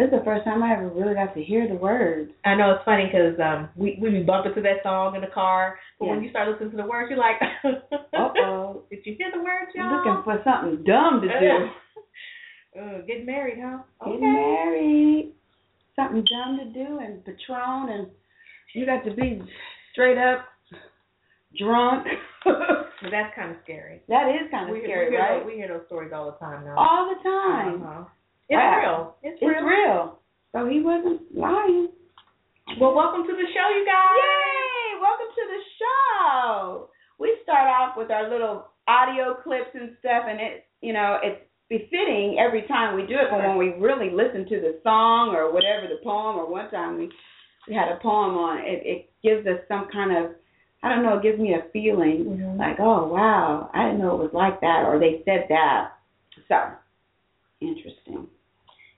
is the first time I ever really got to hear the words. I know it's funny because um, we we be bumping to that song in the car, but when Yeah. you start listening to the words, you're like, Uh oh. Did you hear the words, y'all? Looking for something dumb to do. do. uh, getting married, huh? Get Okay. married. Something dumb to do and Patron and you got to be straight up drunk. that But that's kind of scary. is kind of we, scary, we hear, right? We hear those stories all the time now. All the time. Uh-huh. It's Wow. real. It's, It's real. So he wasn't lying. Well, welcome to the show, you guys. Yay! Welcome to the show. We start off with our little audio clips and stuff, and it's you know it's befitting every time we do it. But when we really listen to the song or whatever the poem, or one time we we had a poem on, it it gives us some kind of I don't know, it gives me a feeling like oh wow, I didn't know it was like that, or they said that. So interesting.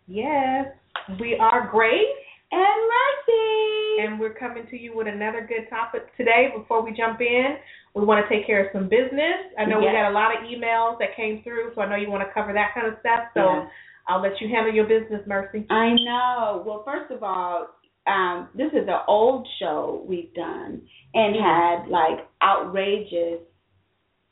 Yes, we are great, And mercy. and we're coming to you with another good topic today. Before we jump in, we want to take care of some business. I know we Yes. got a lot of emails that came through, so I know you want to cover that kind of stuff. So Yeah. I'll let you handle your business, Mercy. I know. Well, first of all, um, this is an old show we've done and had like outrageous,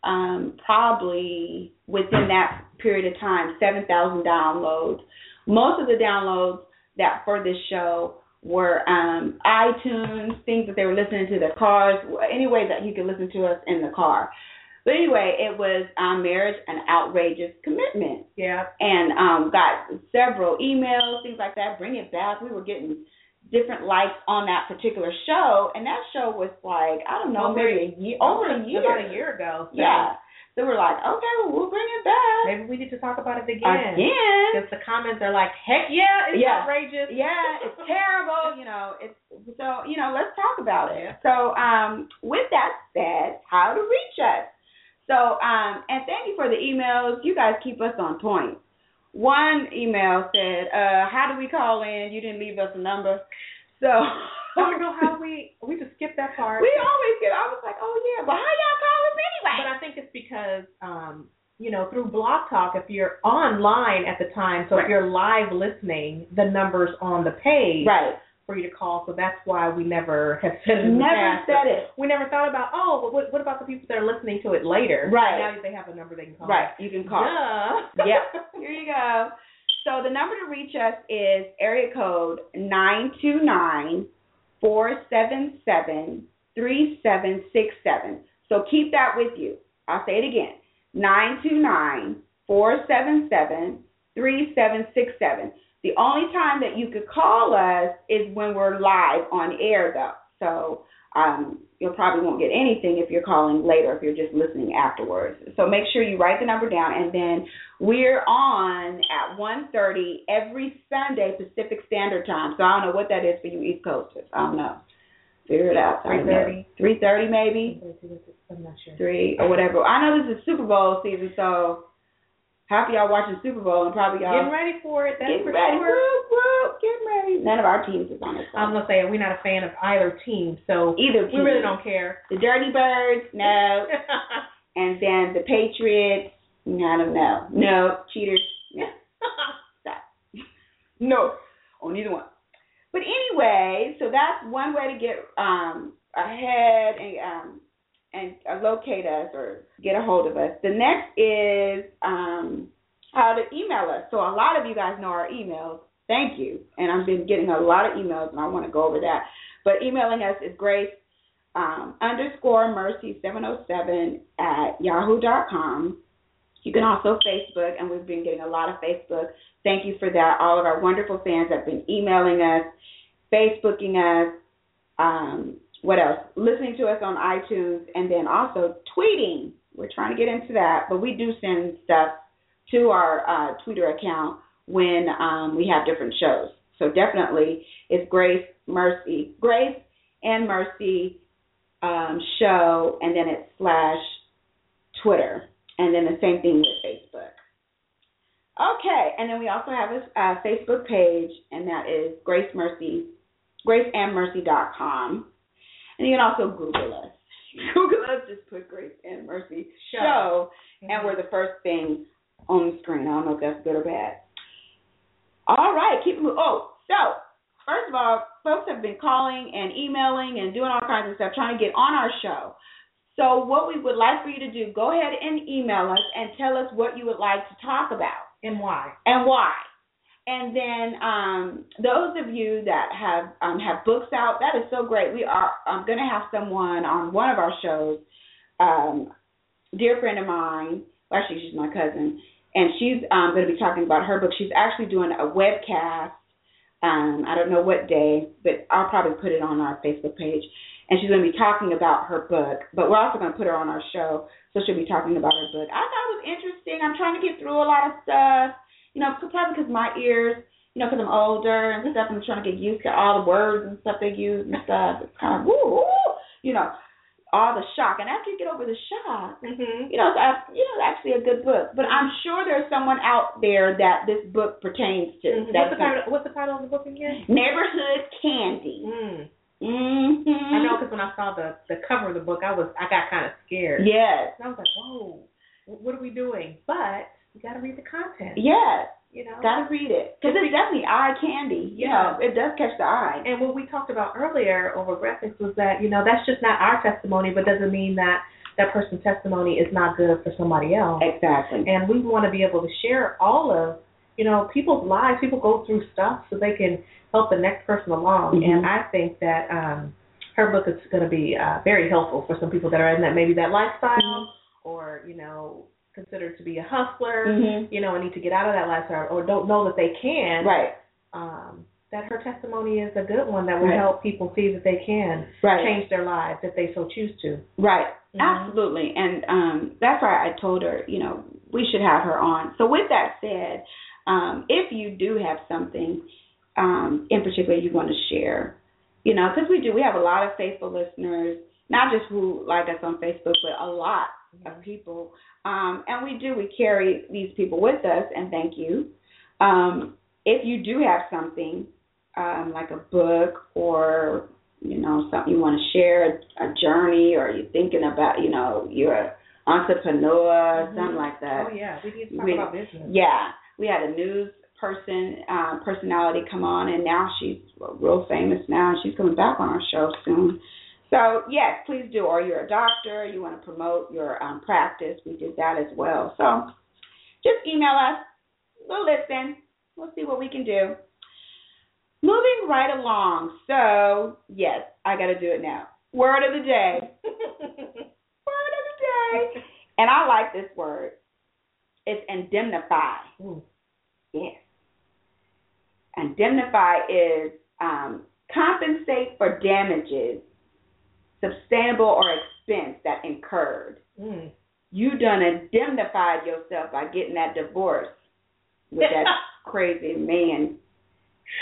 um, probably within that period of time, 7,000 downloads. Most of the downloads that for this show were um, iTunes, things that they were listening to, their cars, any way that you could listen to us in the car. But anyway, it was um, Marriage an Outrageous Commitment Yeah. and um, got several emails, things like that. Bring it back. We were getting different likes on that particular show, and that show was like I don't know, Over maybe a year, over a year, About a year ago. So yeah. So we're like, okay, well, we'll bring it back Maybe we need to talk about it again. again. Because the comments are like, heck yeah, it's Yeah. outrageous. Yeah, it's terrible. You know, it's so you know. Let's talk about it. So, um, with that said, how to reach us? So, um, and thank you for the emails. You guys keep us on point. One email said, uh, "How do we call in? You didn't leave us a number." So I don't know how we we just skipped that part. we always get. I was like, "Oh yeah," but how y'all call us But anyway? I think it's because, um, you know, through Blog Talk, if you're online at the time, so Right. if you're live listening, the number's on the page right. for you to call. So that's why we never have said it. in the Never past. said it. We never thought about, oh, but what, what about the people that are listening to it later? Right. Now they have a number they can call. Right. You can call. Duh. Yep. Here you go. So the number to reach us is area code nine two nine four seven seven three seven six seven. So keep that with you. I'll say it again. Nine two nine four seven seven three seven six seven. The only time that you could call us is when we're live on air though. So um, you'll probably won't get anything if you're calling later, if you're just listening afterwards. So make sure you write the number down and then we're on at 1.30 every Sunday Pacific Standard Time. So I don't know what that is for you East Coasters. I don't know. Figure it out. I don't know. 3:30. 3.30 maybe? I'm not sure. 3 or whatever. I know this is Super Bowl season, so half of y'all watching Super Bowl and probably y'all Getting ready for it. That's getting for ready. sure. Whoop, whoop, getting ready. None of our teams is on this I'm one. gonna say we're not a fan of either team, so Either we team. really don't care. The Dirty Birds, no. And then the Patriots, I don't know. No. Cheaters, no. No, on either one. But anyway, so that's one way to get um, ahead and um, and uh, locate us or get a hold of us. The next is um, how to email us. So a lot of you guys know our emails. Thank you. And I've been getting a lot of emails, and I want to go over that. But emailing us is grace um, underscore mercy seven zero seven at yahoo dot com. You can also Facebook, and we've been getting a lot of Facebook Thank you for that. All of our wonderful fans have been emailing us, Facebooking us, um, what else? Listening to us on iTunes, and then also tweeting. We're trying to get into that, but we do send stuff to our uh, Twitter account when um, we have different shows. So definitely, it's Grace Mercy, Grace and Mercy um, show, and then it's slash Twitter, and then the same thing with Facebook. Okay, and then we also have a, uh Facebook page, and that is Grace Mercy, graceandmercy.com. And you can also Google us. Google us, just put Grace and Mercy Show. show, and we're the first thing on the screen. I don't know if that's good or bad. All right, keep it moving. Oh, so first of all, folks have been calling and emailing and doing all kinds of stuff trying to get on our show. So what we would like for you to do, go ahead and email us and tell us what you would like to talk about And why? and why. And then um, those of you that have um, have books out, that is so great. We are I'm going to have someone on one of our shows, um, dear friend of mine. Well, actually, she's my cousin, and she's um, going to be talking about her book. She's actually doing a webcast. Um, I don't know what day, but I'll probably put it on our Facebook page. And she's going to be talking about her book, but we're also going to put her on our show, so she'll be talking about her book. I thought it was interesting. I'm trying to get through a lot of stuff you know, probably because my ears, you know, because I'm older and stuff, I'm trying to get used to all the words and stuff they use and stuff. It's kind of woo, woo, you know, all the shock. And after you get over the shock, you Mhm. know, it's, act- you know, it's actually a good book. But I'm sure there's someone out there that this book pertains to. Mhm. What's the title? What's the title of the book again? Neighborhood Candy. Mm. Mm-hmm. I know because when I saw the the cover of the book, I was I got kind of scared. Yes. And I was like, whoa, wh- what are we doing? But you got to read the content. Yes. You know. Gotta read it. Because it's definitely eye candy. You know, it does catch the eye. and what we talked about earlier over graphics was that you know that's just not our testimony, but doesn't mean that that person's testimony is not good for somebody else. Exactly. and we want to be able to share all of you know people's lives people go through stuff so they can help the next person along Mhm. and i think that um her book is going to be uh very helpful for some people that are in that maybe that lifestyle Mhm. or you know considered to be a hustler hmm you know and need to get out of that lifestyle or don't know that they can Right. um that her testimony is a good one that will Right. help people see that they can Right. change their lives if they so choose to Right. Mhm. Absolutely. And um that's why I told her, you know, we should have her on. So with that said, um if you do have something um in particular you want to share, you know, cuz we do we have a lot of faithful listeners, not just who like us on Facebook, but a lot of people. Um and we do we carry these people with us and thank you. Um if you do have something um like a book or you know something you want to share a journey or you're thinking about you know you're an entrepreneur Mhm. something like that oh yeah we need to talk We- about business yeah we had a news person um personality come on and now she's real famous now and she's coming back on our show soon so yes please do or you're a doctor you want to promote your um practice we did that as well so just email us we'll listen we'll see what we can do moving right along so yes i got to do it now word of the day word of the day and i like this word it's indemnify Ooh. Yes. Indemnify is um, compensate for damages, sustainable or expense that incurred. Mm. You done indemnified yourself by getting that divorce with that crazy man.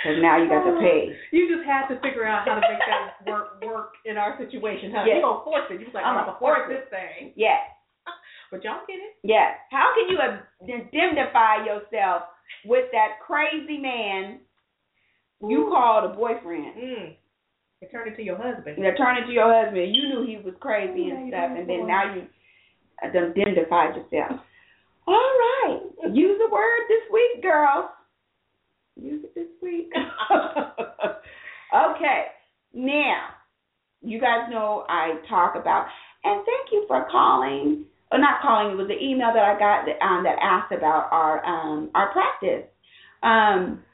Because now you got to pay. You just had to figure out how to make that work work in our situation, huh? Yes. You gonna force it. You was like, I'm I'm gonna gonna force force this thing. Yes, But y'all get it. yes. How can you indemnify yourself with that crazy man you called a boyfriend? Mm. It turned into your husband. you know, turn it to your husband. You knew he was crazy and stuff, and then now you uh, done identified yourself. All right, use the word this week, girls. Use it this week. okay, now you guys know I talk about, and thank you for calling. Or not calling. It was the email that I got that, um, that asked about our um, our practice. Um,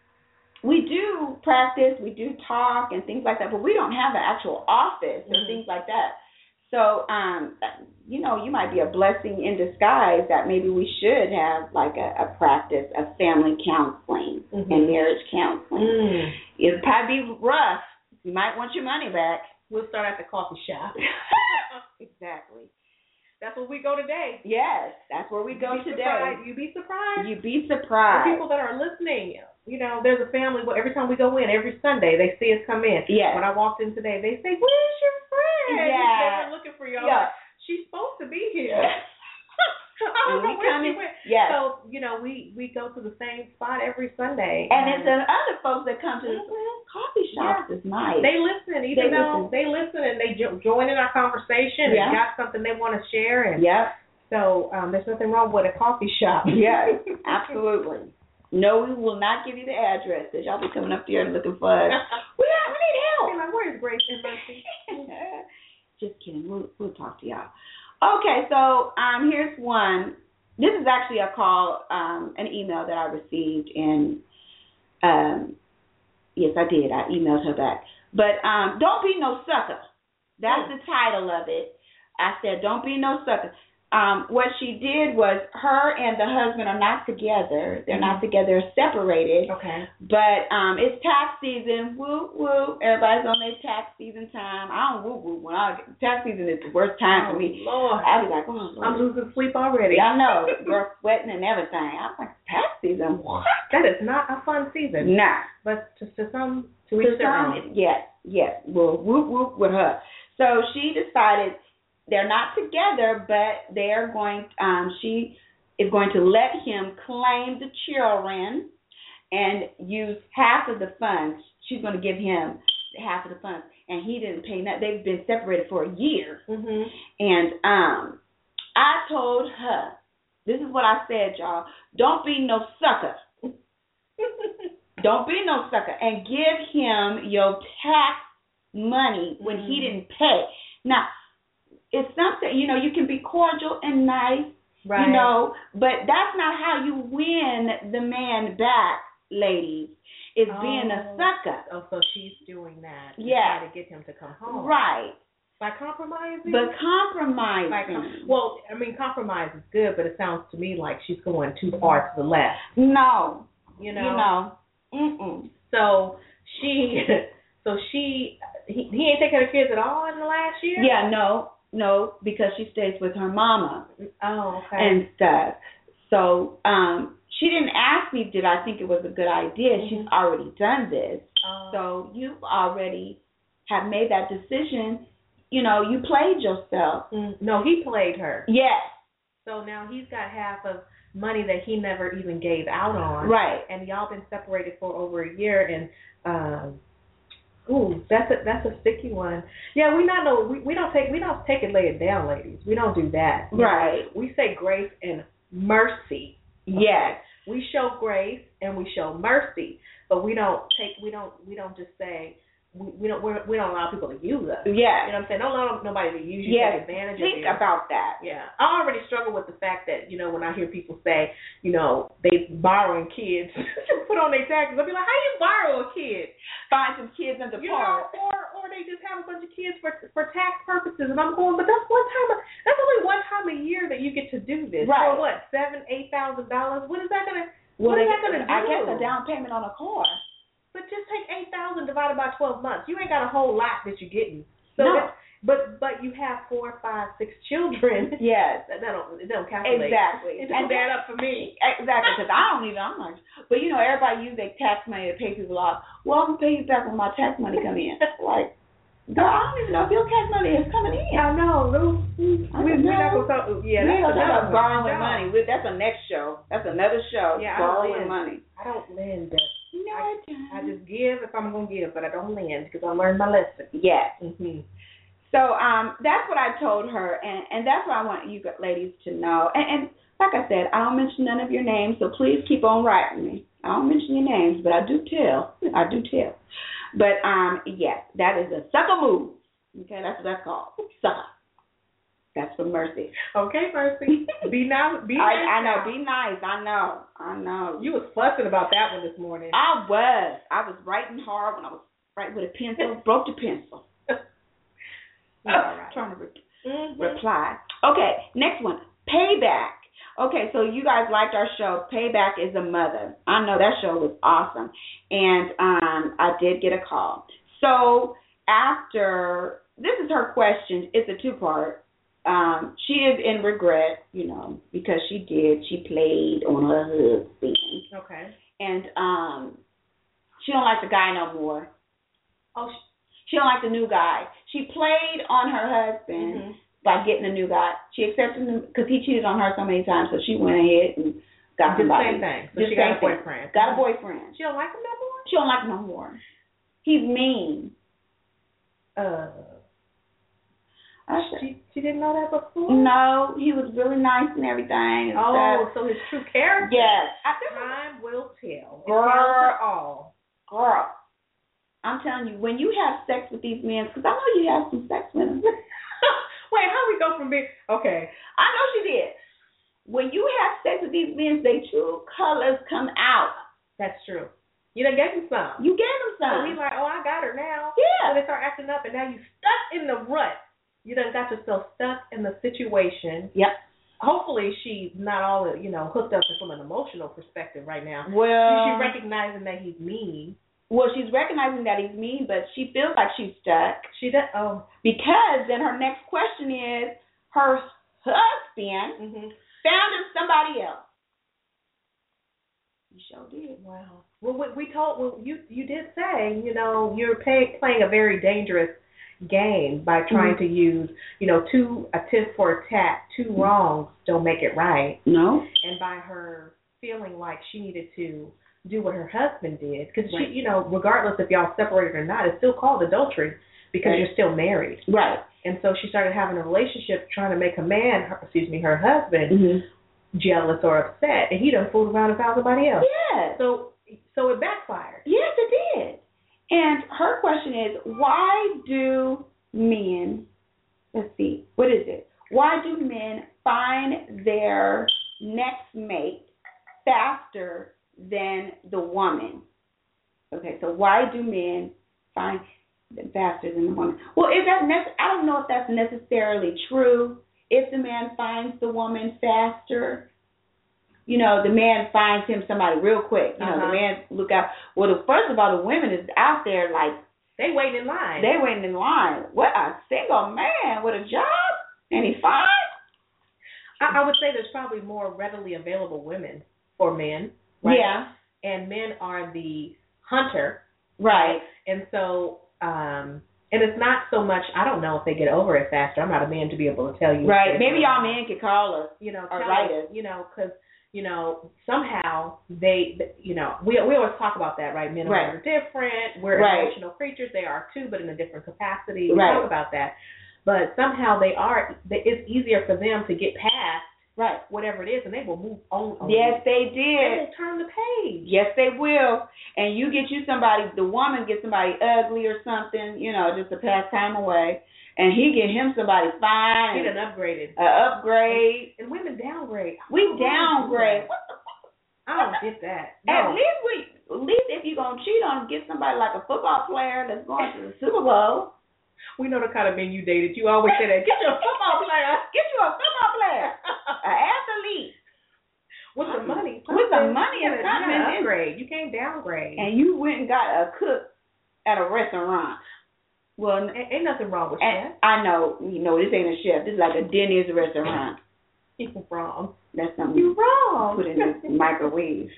we do practice, we do talk and things like that, but we don't have an actual office or Mhm. things like that. So, um, you know, you might be a blessing in disguise that maybe we should have like a, a practice of family counseling and marriage counseling. Mm-hmm. Mm. It'll probably be rough. You might want your money back. We'll start at the coffee shop. exactly. That's where we go today. Yes, that's where we go You'd be today. surprised- You'd be surprised. You'd be The surprised. people that are listening, you know, there's a family. Well, every time we go in, every Sunday, they see us come in. Yes. When I walked in today, they say, "Where's your friend?" Yeah. They were looking for y'all. Yeah. She's supposed to be here. Yes. I When don't know we where come she in- went. Yes. So you know, we we go to the same spot every Sunday, And it's um, the other folks that come to the Mhm. coffee shops is nice. They listen, Mhm. They even though they listen and they jo- join in our conversation Yeah. and got something they want to share, and Yep. so um, there's nothing wrong with a coffee shop. Yes, absolutely. No, we will not give you the addresses. Y'all be coming up there and looking for us. We got, we need help. They're like, where Oh, is Grace and Mercy? Just kidding. We'll we'll talk to y'all. Okay, so um, here's one. This is actually a call, um, an email that I received, and um, yes, I did. I emailed her back. But um, don't be no sucker. That's the title of it. I said, don't be no sucker. Um, what she did was her and the husband are not together. They're not together. They're separated. Okay. But um, it's tax season. Woo woo. Everybody's on their tax season time. I don't woo woo when I tax season is the worst time for me. Oh, Lord. I be like, oh I'm Lord. losing sleep already. Y'all know, girl sweating and everything. I'm like, tax season, what? That is not a fun season. Nah. But to, to some, To to each their some, own. it- yes, yes. Well, whoop whoop with her. So she decided they're not together, but they're going. Um, she is going to let him claim the children and use half of the funds. She's going to give him half of the funds, and he didn't pay that. They've been separated for a year, Mhm. and um, I told her, this is what I said, y'all. Don't be no sucker. Mm-hmm. Don't be no sucker and give him your tax money when he Mhm. didn't pay. Now, it's something, you know, you can be cordial and nice, right. you know, but that's not how you win the man back, ladies, is being a Oh. sucker. Oh, so she's doing that. to Yeah. Try to get him to come home. Right. By compromising. But compromising. By com- well, I mean, compromise is good, but it sounds to me like she's going too far to the left. no. You You know. know. Mm-mm. So she, so she, he, he ain't taking her kids at all in the last year. Yeah, no. No, because she stays with her mama. Oh, okay. and stuff. So um, she didn't ask me, did I think it was a good idea? She's Mhm. already done this. Oh. So you already have made that decision. You know, you played yourself. Mm, no, he played her. Yes, So now he's got half of money that he never even gave out on. right. And y'all been separated for over a year, and um, ooh, that's a that's a sticky one. Yeah, we not know we, we don't take we don't take it lay it down, ladies. We don't do that. Right. We say grace and mercy. Yes. We show grace and we show mercy, but we don't take we don't we don't just say we, we don't we're, we don't allow people to use us. You Yes. know what I'm saying? Don't allow nobody to use you. Yes. Take advantage of you. Think about that. Yeah, I already struggle with the fact that you know when I hear people say you know they borrowing kids to put on their taxes, I'll be like, how you borrow a kid? Find some kids in the you park. know, or or they just have a bunch of kids for for tax purposes, and I'm going, but that's one time. That's only one time a year that you get to do this. Right. For what seven, eight thousand dollars? What is that gonna? Well, what they- is that gonna do? I guess a down payment on a car. But just take eight thousand divided by twelve months. You ain't got a whole lot that you're getting. So No. that's- but but you have four, five, six children. Yes. That, that don't it don't calculate. Exactly. It And don't add up for me. Exactly, because I don't even. I'm like, but you know, everybody use their tax money to pay people off. Well, I'm gonna pay you back when my tax money come in. Like, girl, I don't even know if your tax money is coming in. I know, Lou. We, I we're don't not know. gonna talk. Yeah, we that's don't another talk about one. borrowing No. money. We, that's a next show. That's another show. Yeah, I don't borrowing lend. money. I don't lend. Deb. No, I, I just give if I'm gonna give, but I don't lend because I learned my lesson. yes. Mm-hmm. So um, that's what I told her, and and that's what I want you ladies to know. And, and like I said, I don't mention none of your names, so please keep on writing me. I don't mention your names, but I do tell. I do tell. But um, yes, that is a sucker move. Okay, that's what that's called. Sucker. That's for mercy. Okay, Mercy. be nice. Be I, nice. I know. Be nice. I know. I know. You was fussing about that one this morning. I was. I was writing hard when I was writing with a pencil. broke the pencil. All right. Trying to re- Mm-hmm. Mhm. reply. Okay, next one. Payback. Okay, so you guys liked our show. Payback is a mother. I know that show was awesome, and um, I did get a call. So after this is her question. It's a two part. Um, she is in regret, you know, because she did. She played on her husband, Okay. and um, she don't like the guy no more. Oh. She don't like the new guy. She played on her She, husband by getting a new guy. She accepted him because he cheated on her so many times, so she went ahead and got Did the somebody. same thing. So Did the she got a same thing. boyfriend. Got a boyfriend. She don't like him no She don't like him no more. He's mean. more. Uh. I said, She she didn't know that before. no, he was really nice and everything. And Oh, stuff. so his true character. yes. I, there was Time will tell. It Girl. tells it all. girl, I'm telling you, when you have sex with these men, because I know you have some sex with them. Wait, how we go from being okay? I know she did. When you have sex with these men, they true colors come out. That's true. You done gave him some. You gave them So we some. like, oh, I got her now. So Yeah. they start acting up, and now you stuck in the rut. You done got yourself stuck in the situation. Yep. Hopefully, she's not all you know hooked up from an emotional perspective right now. Well, she's recognizing that he's mean. well, she's recognizing that he's mean, but she feels like she's stuck She does. Oh. because then her next question is her husband hmm found him somebody else. He sure did. Wow. Well, we, we told well, you you did say you know you're pay, playing a very dangerous game by Mm-hmm. trying to use you know two a tit for a tat, two Mm-hmm. wrongs don't make it right, No. and by her feeling like she needed to do what her husband did because Right. she you know regardless if y'all separated or not, it's still called adultery because Right. you're still married, Right. and so she started having a relationship trying to make a man, her, excuse me, her husband Mm-hmm. jealous or upset, and he done fooled around and found somebody else. Yes. So so it backfired. Yes, it did. And her question is, why do men? Let's see. What is it? Why do men find their next mate faster than the woman? Okay, so why do men find them faster than the woman? Well, is that nec- I don't know if that's necessarily true. If the man finds the woman faster, you know, the man finds him somebody real quick. You know, Uh-huh. the man look out. Well, the, first of all, the women is out there like They waiting in line. they waiting in line. What a single man with a job and he fine. I, I would say there's probably more readily available women for men, right? Yeah, And men are the hunter, right. and so um, and it's not so much. I don't know if they get over it faster. I'm not a man to be able to tell you. Right. Maybe y'all men could call us. you know, Or tell write us, it. you know, because you know somehow they, you know, we we always talk about that, right? Men and Right. women are different. We're Right. emotional creatures. They are too, but in a different capacity. We Right. talk about that, but somehow they are. they- It's easier for them to get past Right. whatever it is, and they will move on. on Yes, they it. did. they will turn the page. Yes, they will. And you get you somebody, the woman gets somebody ugly or something, you know, just to pass time away. And he get him somebody Get fine, an and upgraded. a upgrade. And women downgrade. We downgrade. What the I don't get that. At No. least we, at least if you're gonna cheat on, him, get somebody like a football player that's going to the Super Bowl. We know the kind of men you dated. You always say that. Get your football player. Get you a football player, an athlete. With the money. With the money You and gotta- something. You gotta upgrade. You can't downgrade. and you went and got a cook at a restaurant. Well, A- ain't nothing wrong with and I know you know this ain't a chef. This is like a Denny's restaurant. that. You're wrong. That's something You're you wrong. put in the microwave.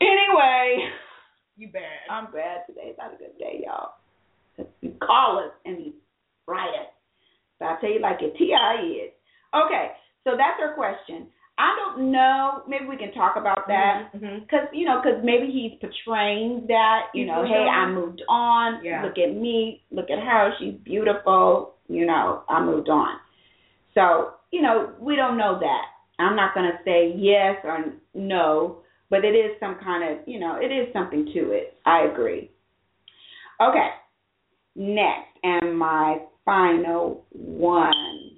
Anyway, you bad. I'm glad today's not a good day, y'all. 'Cause You call us and you write us. So I tell you like your TI is. Okay, so that's her question. I don't know. Maybe we can talk about that. Mhm. Cause you know, cause maybe he's portraying that you He's know, moved hey, on. I moved on. Yeah. Look at me, look at her. She's beautiful. You know, I moved on. So you know, we don't know that. I'm not gonna say yes or no, but it is some kind of you know, it is something to it. I agree. Okay, next and my final one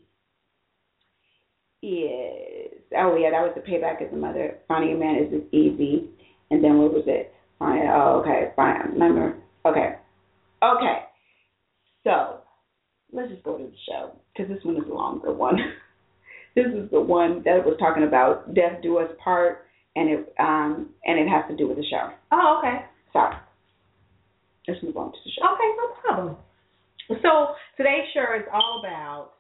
is oh yeah, that was the payback as a mother. Finding a man is just easy. And then what was it? Find oh okay, fine. Remember? Okay. Okay. So let's just go to the show because this one is a longer one. this is the one that was talking about death do us part and it um and it has to do with the show. Oh, okay. So let's move on to the show. Okay, no problem. So today's show is all about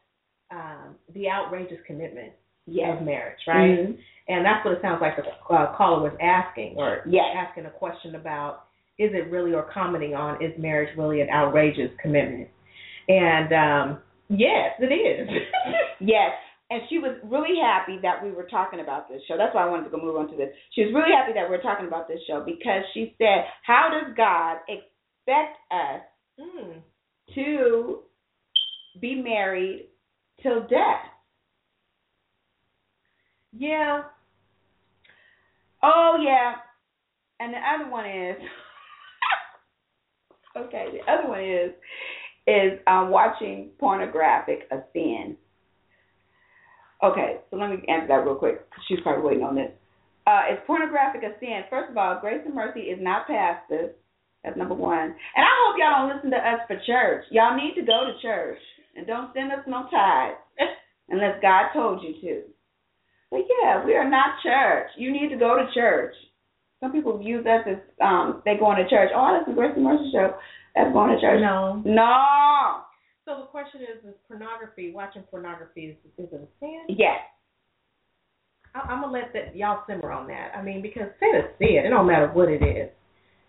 um, the outrageous commitment Yes. of marriage, right? Mhm. And that's what it sounds like the uh, caller was asking, or Yes. asking a question about is it really or commenting on is marriage really an outrageous commitment? And um, yes, it is. Yes. And she was really happy that we were talking about this show. That's why I wanted to go move on to this. She was really happy that we are talking about this show because she said, Hmm. How does God expect us mm. to be married till death. Yeah. Oh yeah. And the other one is okay. The other one is is um, watching pornographic offend. Okay, so let me answer that real quick. She's probably waiting on this. Uh, it's pornographic offend. First of all, grace and mercy is not pastors. That's number one. And I hope y'all don't listen to us for church. Y'all need to go to church and don't send us no tithes unless God told you to. But yeah, we are not church. You need to go to church. Some people use us as um they going to church. Oh, I listen to Grace and Mercy show. That's going to church. No. No. So the question is: Is pornography watching pornography is, is it a sin? Yes. I, I'm gonna let that y'all simmer on that. I mean, because sin is sin. It don't matter what it is,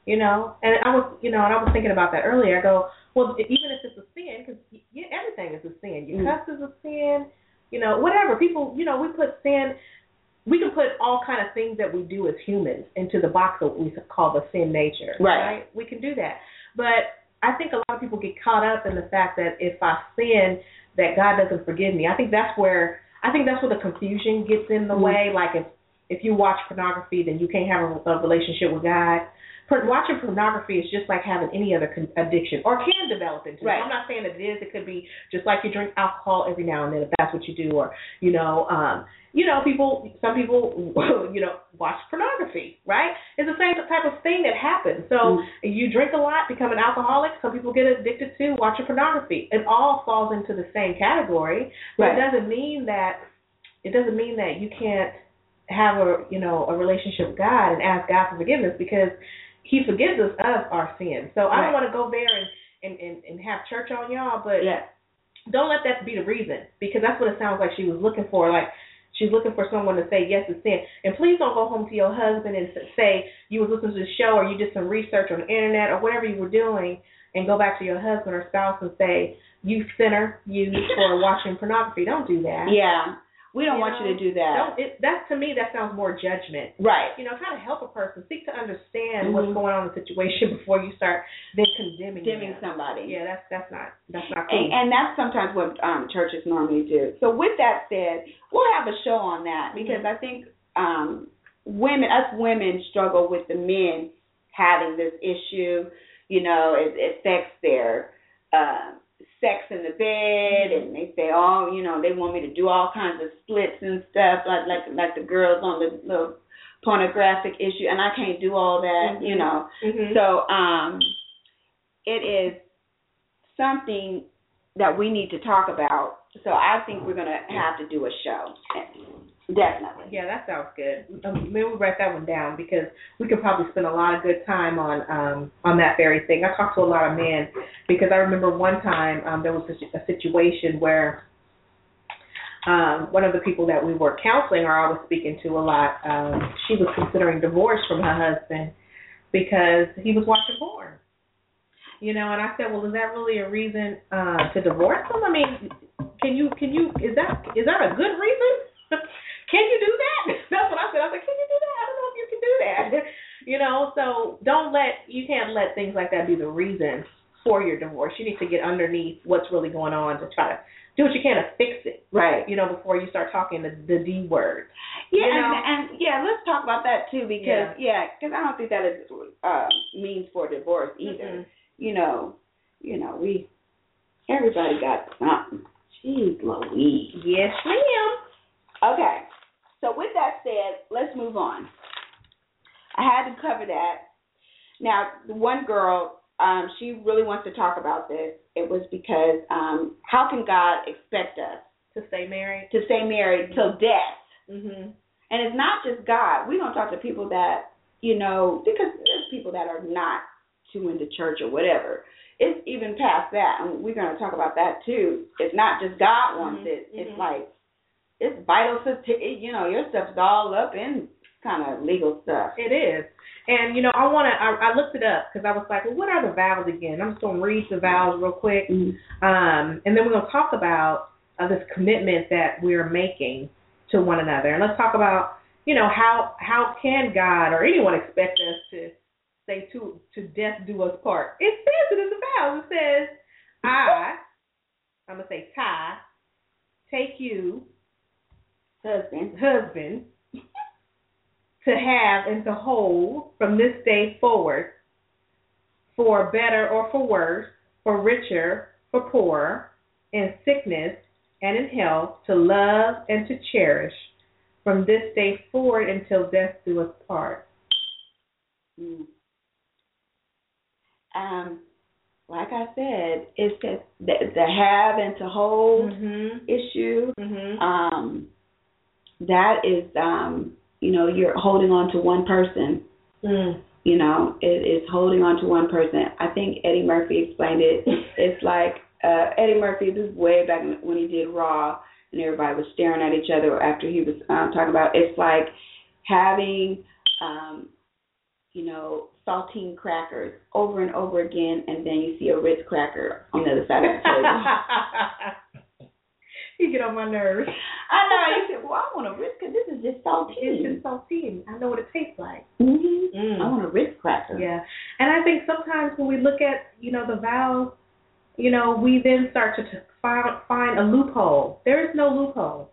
you know. And I was, you know, and I was thinking about that earlier. I go, well, even if it's a sin, because yeah, everything is a sin. Mhm. Your cuss is a sin. You know, whatever people, you know, we put sin. We can put all kind of things that we do as humans into the box that we call the sin nature. Right. right? We can do that, but I think a lot of people get caught up in the fact that if I sin, that God doesn't forgive me. I think that's where I think that's where the confusion gets in the Mhm. way. Like if if you watch pornography, then you can't have a, a relationship with God. Por- watching pornography is just like having any other con- addiction, or can develop into. it. Right. I'm not saying that it is. It could be just like you drink alcohol every now and then, if that's what you do, or you know, um, you know, people. Some people, you know, watch pornography. Right? It's the same type of thing that happens. So Mhm. you drink a lot, become an alcoholic. Some people get addicted to watching pornography. It all falls into the same category. Right. But it doesn't mean that it doesn't mean that you can't have a you know a relationship with God and ask God for forgiveness because He forgives us of our sins. So I Right. don't want to go there and, and and and have church on y'all, but Yeah. don't let that be the reason because that's what it sounds like she was looking for. Like she's looking for someone to say yes to sin. And please don't go home to your husband and s- say you was listening to the show or you did some research on the internet or whatever you were doing and go back to your husband or spouse and say you sinner you for watching pornography. Don't do that. Yeah. We don't You want you to know, do that. Don't. It, that to me that sounds more judgment. Right. You know, try to help a person. Seek to Mhm. understand what's going on in the situation before you start then condemning. Condemning them. somebody. Yeah, that's that's not that's not cool. And, and that's sometimes what um, churches normally do. So with that said, we'll have a show on that because I think um, women, us women, struggle with the men having this issue. You know, it, it affects their uh, sex in the bed, and they say, oh, you know, they want me to do all kinds of splits and stuff, like like like the girls on the little pornographic issue, and I can't do all that. You Mhm. know, Mhm. so um, it is something that we need to talk about. So I think we're gonna have to do a show, definitely. Yeah, that sounds good. Um, maybe we'll write that one down because we could probably spend a lot of good time on um on that very thing. I talked to a lot of men because I remember one time um there was a, si- a situation where um one of the people that we were counseling or I was speaking to a lot, um, she was considering divorce from her husband because he was watching porn. You know, and I said, Well, is that really a reason uh to divorce him? I mean, can you can you is that is that a good reason? can you do that? That's what I said. I was like, can you do that? I don't know if you can do that. You know, so don't let you can't let things like that be the reason for your divorce. You need to get underneath what's really going on to try to do what you can to fix it. Right. You know, before you start talking the the D word. Yeah, You know? and, and yeah, let's talk about that too because yeah, because I don't think that is uh, means for divorce either. Mhm. You know, you know, we everybody got something. Jeez, Louise. Yes, ma'am. Okay. So with that said, let's move on. I had to cover that. Now, the one girl, um, she really wants to talk about this. It was because um, how can God expect us To stay married. to stay married till death? Mhm. And it's not just God. We don't talk to people that you know because there's people that are not too into church or whatever. It's even past that, and we're going to talk about that too. It's not just God wants Mhm, it. It's mhm. like it's vital to it, you know your stuff's all up in kind of legal stuff. It is. And you know, I want to. I, I looked it up because I was like, well, what are the vows again? I'm just gonna read the vows real quick, um, and then we're gonna talk about uh, this commitment that we're making to one another, and let's talk about you know how how can God or anyone expect us to say to to death do us part? It says it in the vows. It says I I'm gonna say Ty, take you Husband. husband to have and to hold from this day forward for better or for worse, for richer, for poorer, in sickness and in health, to love and to cherish from this day forward until death do us part. Mm. Um, like I said, it's just the, the have and to hold Mm-hmm. issue. Mm-hmm. Um, that is, um, you know, you're holding on to one person. Mm. You know, it is holding on to one person. I think Eddie Murphy explained it. mm. It's like uh, Eddie Murphy. This is way back when he did Raw, and everybody was staring at each other after he was um, talking about. It's like having, um, you know, saltine crackers over and over again, and then you see a Ritz cracker on the other side of the table. you get on my nerves. I know. You said, "Well, I want a Ritz because this is just It's saltine." just saltine. I know what it tastes like. hmm Mm. I want a Ritz cracker. Yeah. And I think sometimes when we look at, you know, the vows, you know, we then start to t- find, find a loophole. There is no loophole.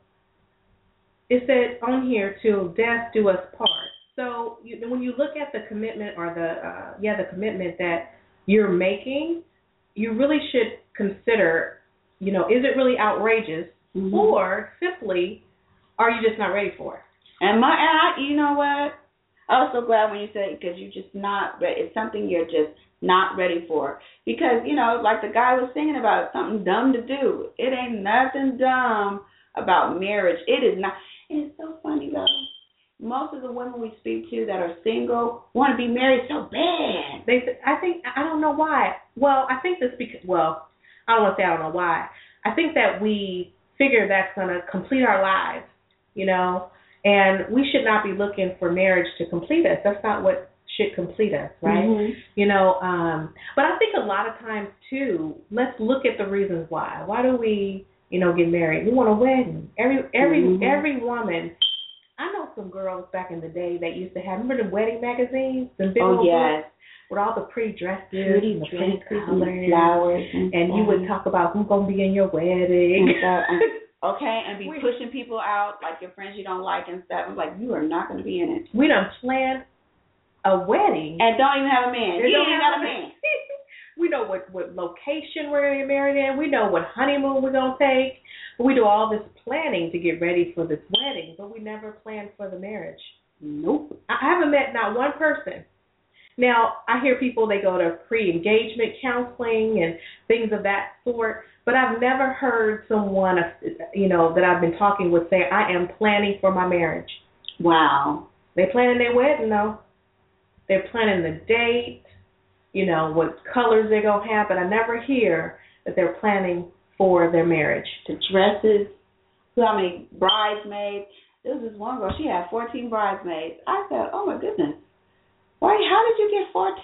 It said on here, till death do us part. So you, when you look at the commitment or the, uh, yeah, the commitment that you're making, you really should consider, you know, is it really outrageous Mhm. or simply are you just not ready for it? And my, and I, you know what? I was so glad when you said because you're just not ready. It's something you're just not ready for because you know, like the guy was singing about something dumb to do. It ain't nothing dumb about marriage. It is not. And it's so funny though. Most of the women we speak to that are single want to be married so bad. They, th- I think, I don't know why. Well, I think this because, well, I don't want to say I don't know why. I think that we figure that's going to complete our lives, you know, and we should not be looking for marriage to complete us. That's not what should complete us, right? Mm-hmm. You know, um, but I think a lot of times too, let's look at the reasons why. Why do we, you know, get married? We want a wedding. Every every Mhm. every woman. I know some girls back in the day that used to have. Remember the wedding magazines, the big Oh old books? yes, with all the pretty dresses pretty and the dresses pink and the colors, flowers, and you would stuff. talk about who's gonna be in your wedding. And so, um, okay, and be We- pushing people out like your friends you don't like and stuff. I'm like, you are not going to be in it, we done planned a wedding. and don't even have a man. Mm-hmm. They you don't ain't have got a a- man. we know what what location we're gonna get married in. We know what honeymoon we're gonna take. We do all this planning to get ready for this wedding, but we never plan for the marriage. Nope. I I haven't met not one person. Now, I hear people they go to pre-engagement counseling and things of that sort, but I've never heard someone, you know, that I've been talking with say, "I am planning for my marriage." Wow. They planning their wedding though. They're planning the date, you know, what colors they're gonna have, but I never hear that they're planning for their marriage. The dresses. How many bridesmaids? There was this one girl. She had 14 bridesmaids. I said, oh my goodness. Why? How did you get 14?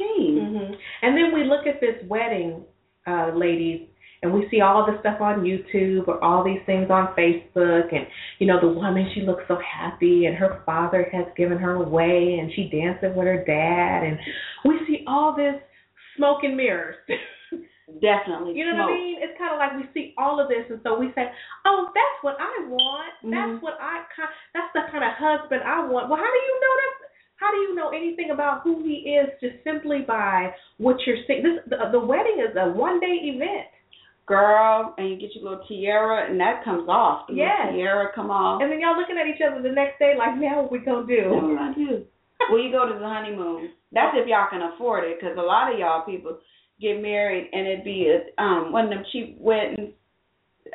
hmm And then we look at this wedding, uh, ladies, and we see all the stuff on YouTube or all these things on Facebook, and you know the woman she looks so happy, and her father has given her away, and she dancing with her dad, and we see all this smoke and mirrors. Definitely. Mm-hmm. you know smoke. what I mean? It's kind of like we see all of this, and so we say, "Oh, that's what I want. Mhm. That's what I. ki- That's the kind of husband I want." Well, how do you know that? How do you know anything about who he is just simply by what you're seeing? This the, the wedding is a one day event, Girl, and you get your little tiara, and that comes off. The little Yes. tiara come off. and then y'all looking at each other the next day like, "Now what we What gonna do?" we gonna do? Well, you go to the honeymoon. That's if y'all can afford it, because a lot of y'all people get married and it'd be a, um one of them cheap weddings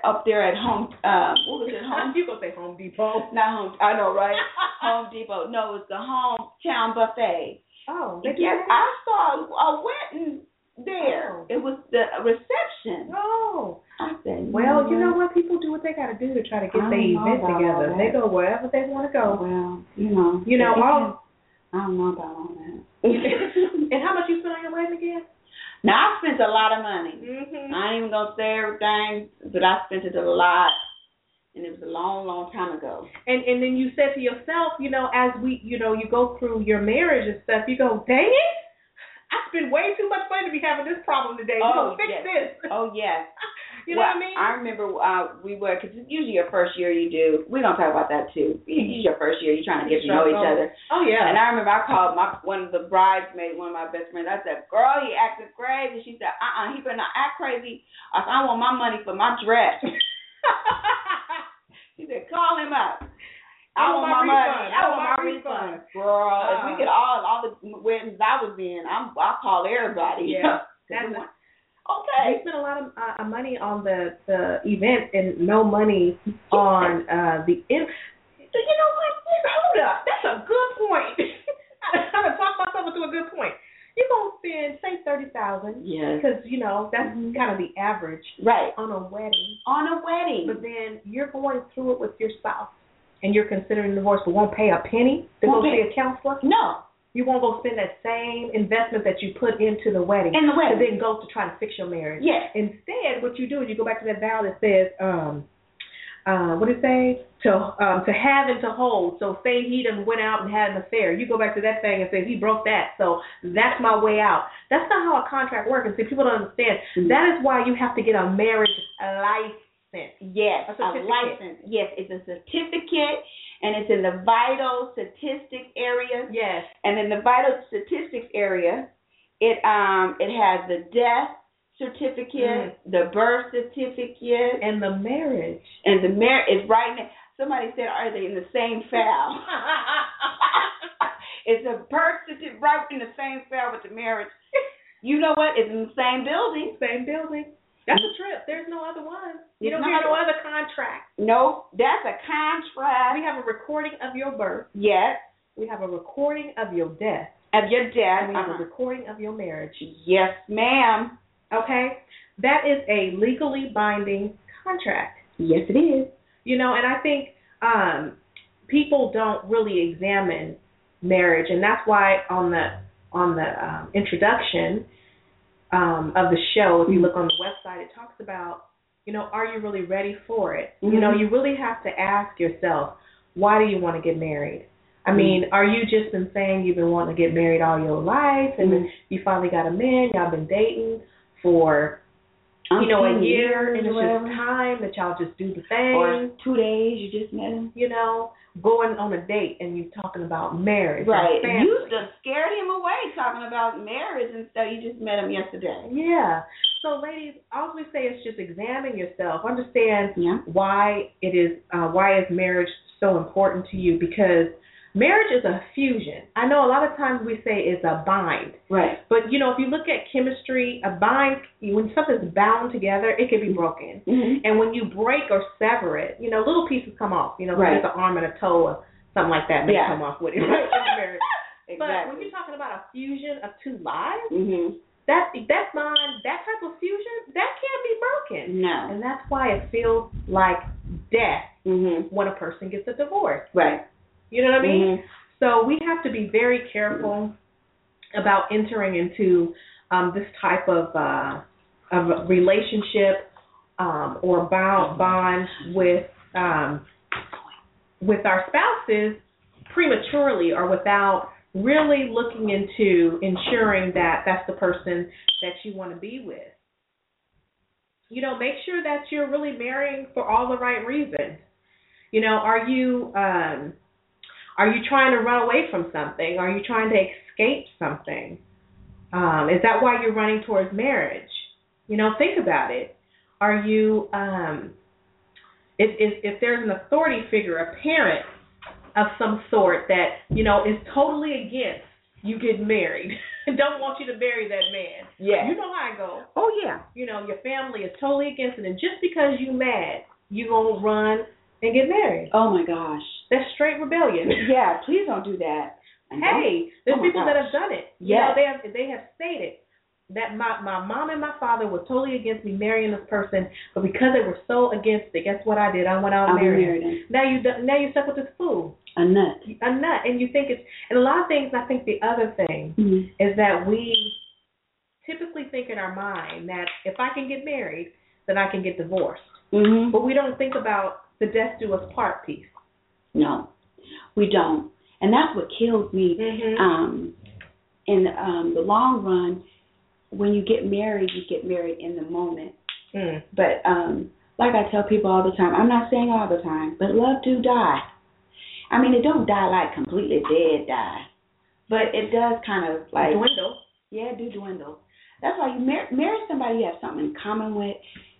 up there at home. Uh, what was it? Home? you gonna say Home Depot? Not home. I know, right? Home Depot. No, it's the hometown buffet. Oh, they do Yes, that? I saw a wedding there. Oh. It was the reception. Oh, I said, well, you know what? People do what they gotta do to try to I get don't their know event about all together. that. They go wherever they want to go. Well, you know, You know, if all- can- I don't know about all that. and how much you spend on your wedding again? now I spent a lot of money. Mm-hmm. I ain't even gonna say everything, but I spent it a lot, and it was a long, long time ago. and and then you said to yourself, you know, as we, you know, you go through your marriage and stuff, you go, dang it, I spent way too much money to be having this problem today. Oh, We're gonna fix yes. this. Oh yes, You know Well, what I mean? I remember uh, we were because usually your first year you do. We're gonna talk about that too. Usually your first year you're trying to get to know each other. oh yeah. And I remember I called my one of the bridesmaids, one of my best friends. I said, "Girl, he acting crazy." She said, "Uh, uh he better not act crazy. I said, I want my money for my dress." she said, "Call him up. I, want, my, money. I want my refund, girl. if we Uh. could all all the weddings I was in, I'm I'll call everybody. Yeah. 'Cause we That's- want- They okay. spent a lot of uh, money on the the event and no money on uh the. In- So you know what? Hold up, that's a good point. I done talked myself into a good point. You're gonna spend say thirty thousand Yes. because you know that's Mm-hmm. kind of the average Right. on a wedding. On a wedding. But then you're going through it with your spouse and you're considering divorce, but won't pay a penny to go Won't pay- see a counselor. no. You won't go spend that same investment that you put into the wedding In the to wedding. then go to try to fix your marriage. Yes. Instead, what you do is you go back to that vow that says, um, uh, what it say? To um, to have and to hold. So say he done went out and had an affair. You go back to that thing and say he broke that. So that's my way out. That's not how a contract works. And see, people don't understand. That is why you have to get a marriage license. Yes, A a, certificate. license. Yes, it's a certificate, and it's in the vital statistics area. Yes. And in the vital statistics area, it um it has the death certificate, the birth certificate, Mm-hmm. And the marriage. and the marriage is right now. Somebody said, are they in the same file? it's a birth certificate right in the same file with the marriage. You know what? It's in the same building. Same building. That's a trip. There's no other one. You There's don't no have no other contract. No, that's a We contract. have a recording of your birth. Yes, We have a recording of your death. of your And death. we have a Uh-huh. recording of your marriage. Yes, ma'am. Okay? That is a legally binding contract. Yes, it is. You know, and I think um people don't really examine marriage and that's why on the on the um, introduction um of the show, if you look on the website, it talks about, you know, are you really ready for it? You know, Mhm. you really have to ask yourself, why do you want to get married? I mean, are you just been saying you've been wanting to get married all your life and Mm-hmm. then you finally got a man, y'all been dating for you know, a year and it's just time that y'all just do the thing. or two days. You just met him. you know, going on a date and you talking about marriage. and Right. family. You just scared him away talking about marriage and stuff. You just met him yesterday. Yeah. So ladies, all we say is just examine yourself. Understand Yeah. why it is uh, why is marriage so important to you because marriage is a fusion. I know a lot of times we say it's a bind, Right. but you know if you look at chemistry, a bind when something's bound together, it can be broken. Mm-hmm. And when you break or sever it, you know, little pieces come off. You know, Right. like an arm and a toe or something like that may Yeah. come off with it. Right? In marriage. But when Exactly. you're talking about a fusion of two lives, Mhm. that that bond, that type of fusion, that can't be broken. Mm-hmm. No. And that's why it feels like death Mhm. when a person gets a divorce. Right. Mm-hmm. You know what I mean? So we have to be very careful about entering into um, this type of uh, of relationship um, or bound bond with um, with our spouses prematurely or without really looking into ensuring that that's the person that you want to be with. You know, make sure that you're really marrying for all the right reasons. You know, are you um, are you trying to run away from something? Are you trying to escape something? Um, is that why you're running towards marriage? You know, think about it. Are you, um, if, if, if there's an authority figure, a parent of some sort that, you know, is totally against you getting married and don't want you to marry that man, Yeah. you know how I go. Oh yeah. You know, your family is totally against it. And just because you mad, you going to run and get married. Oh my gosh. That's straight rebellion. Yeah. Please don't do that. And don't- Hey, there's Oh my people that gosh. have done it. Yes. You know, they have they have stated that my my mom and my father were totally against me marrying this person, but because they were so against it, guess what I did? I went out I'm and married. married. him. and- Now you do- now you're stuck with this fool, A nut. a nut, and you think it's and a lot of things. I think the other thing Mhm. is that we typically think in our mind that if I can get married, then I can get divorced, Mhm. but we don't think about the death do us part piece. No, we don't. And that's what kills me. Mm-hmm. um, in um, the long run, when you get married, you get married in the moment. Mm. But um, like I tell people all the time, I'm not saying all the time, but love do die. I mean, it don't die like completely dead die, but it does kind of like Dwindle. yeah, do dwindle. That's why you marry, marry somebody you have something in common with.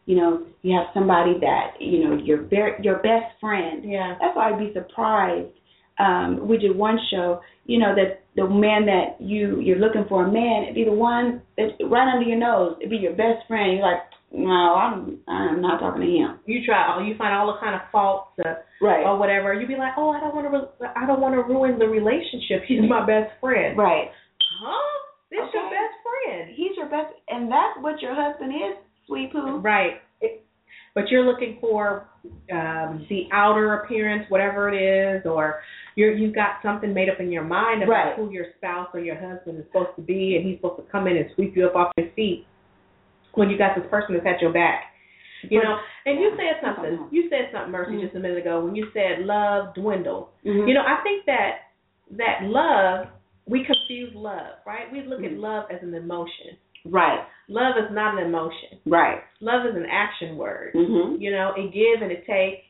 You know, you have somebody that you know your very your best friend. Yeah. That's why I'd be surprised. Um, we did one show, you know, that the man that you you're looking for a man, it'd be the one that's right under your nose. It'd be your best friend. You're like, no, I'm I'm not talking to him. You try all. You find all the kind of faults uh, Right. or whatever. You be like, oh, I don't want to. Re- I don't want to ruin the relationship. He's my best friend. Right. Huh? This your Okay. best He's your best, and that's what your husband is, sweet poo. friend. Right. It- but you're looking for um, the outer appearance, whatever it is, or you're you've got something made up in your mind about Right. who your spouse or your husband is supposed to be, and he's supposed to come in and sweep you up off your feet. When you got this person that's at your back, you know. And you said something. You said something, Mercy, Mhm. just a minute ago when you said love dwindles. Mhm. You know, I think that that love we confuse love, right? We look at Mhm. love as an emotion. Right. Love is not an emotion. Right. Love is an action word. Mhm. You know, it gives and it takes.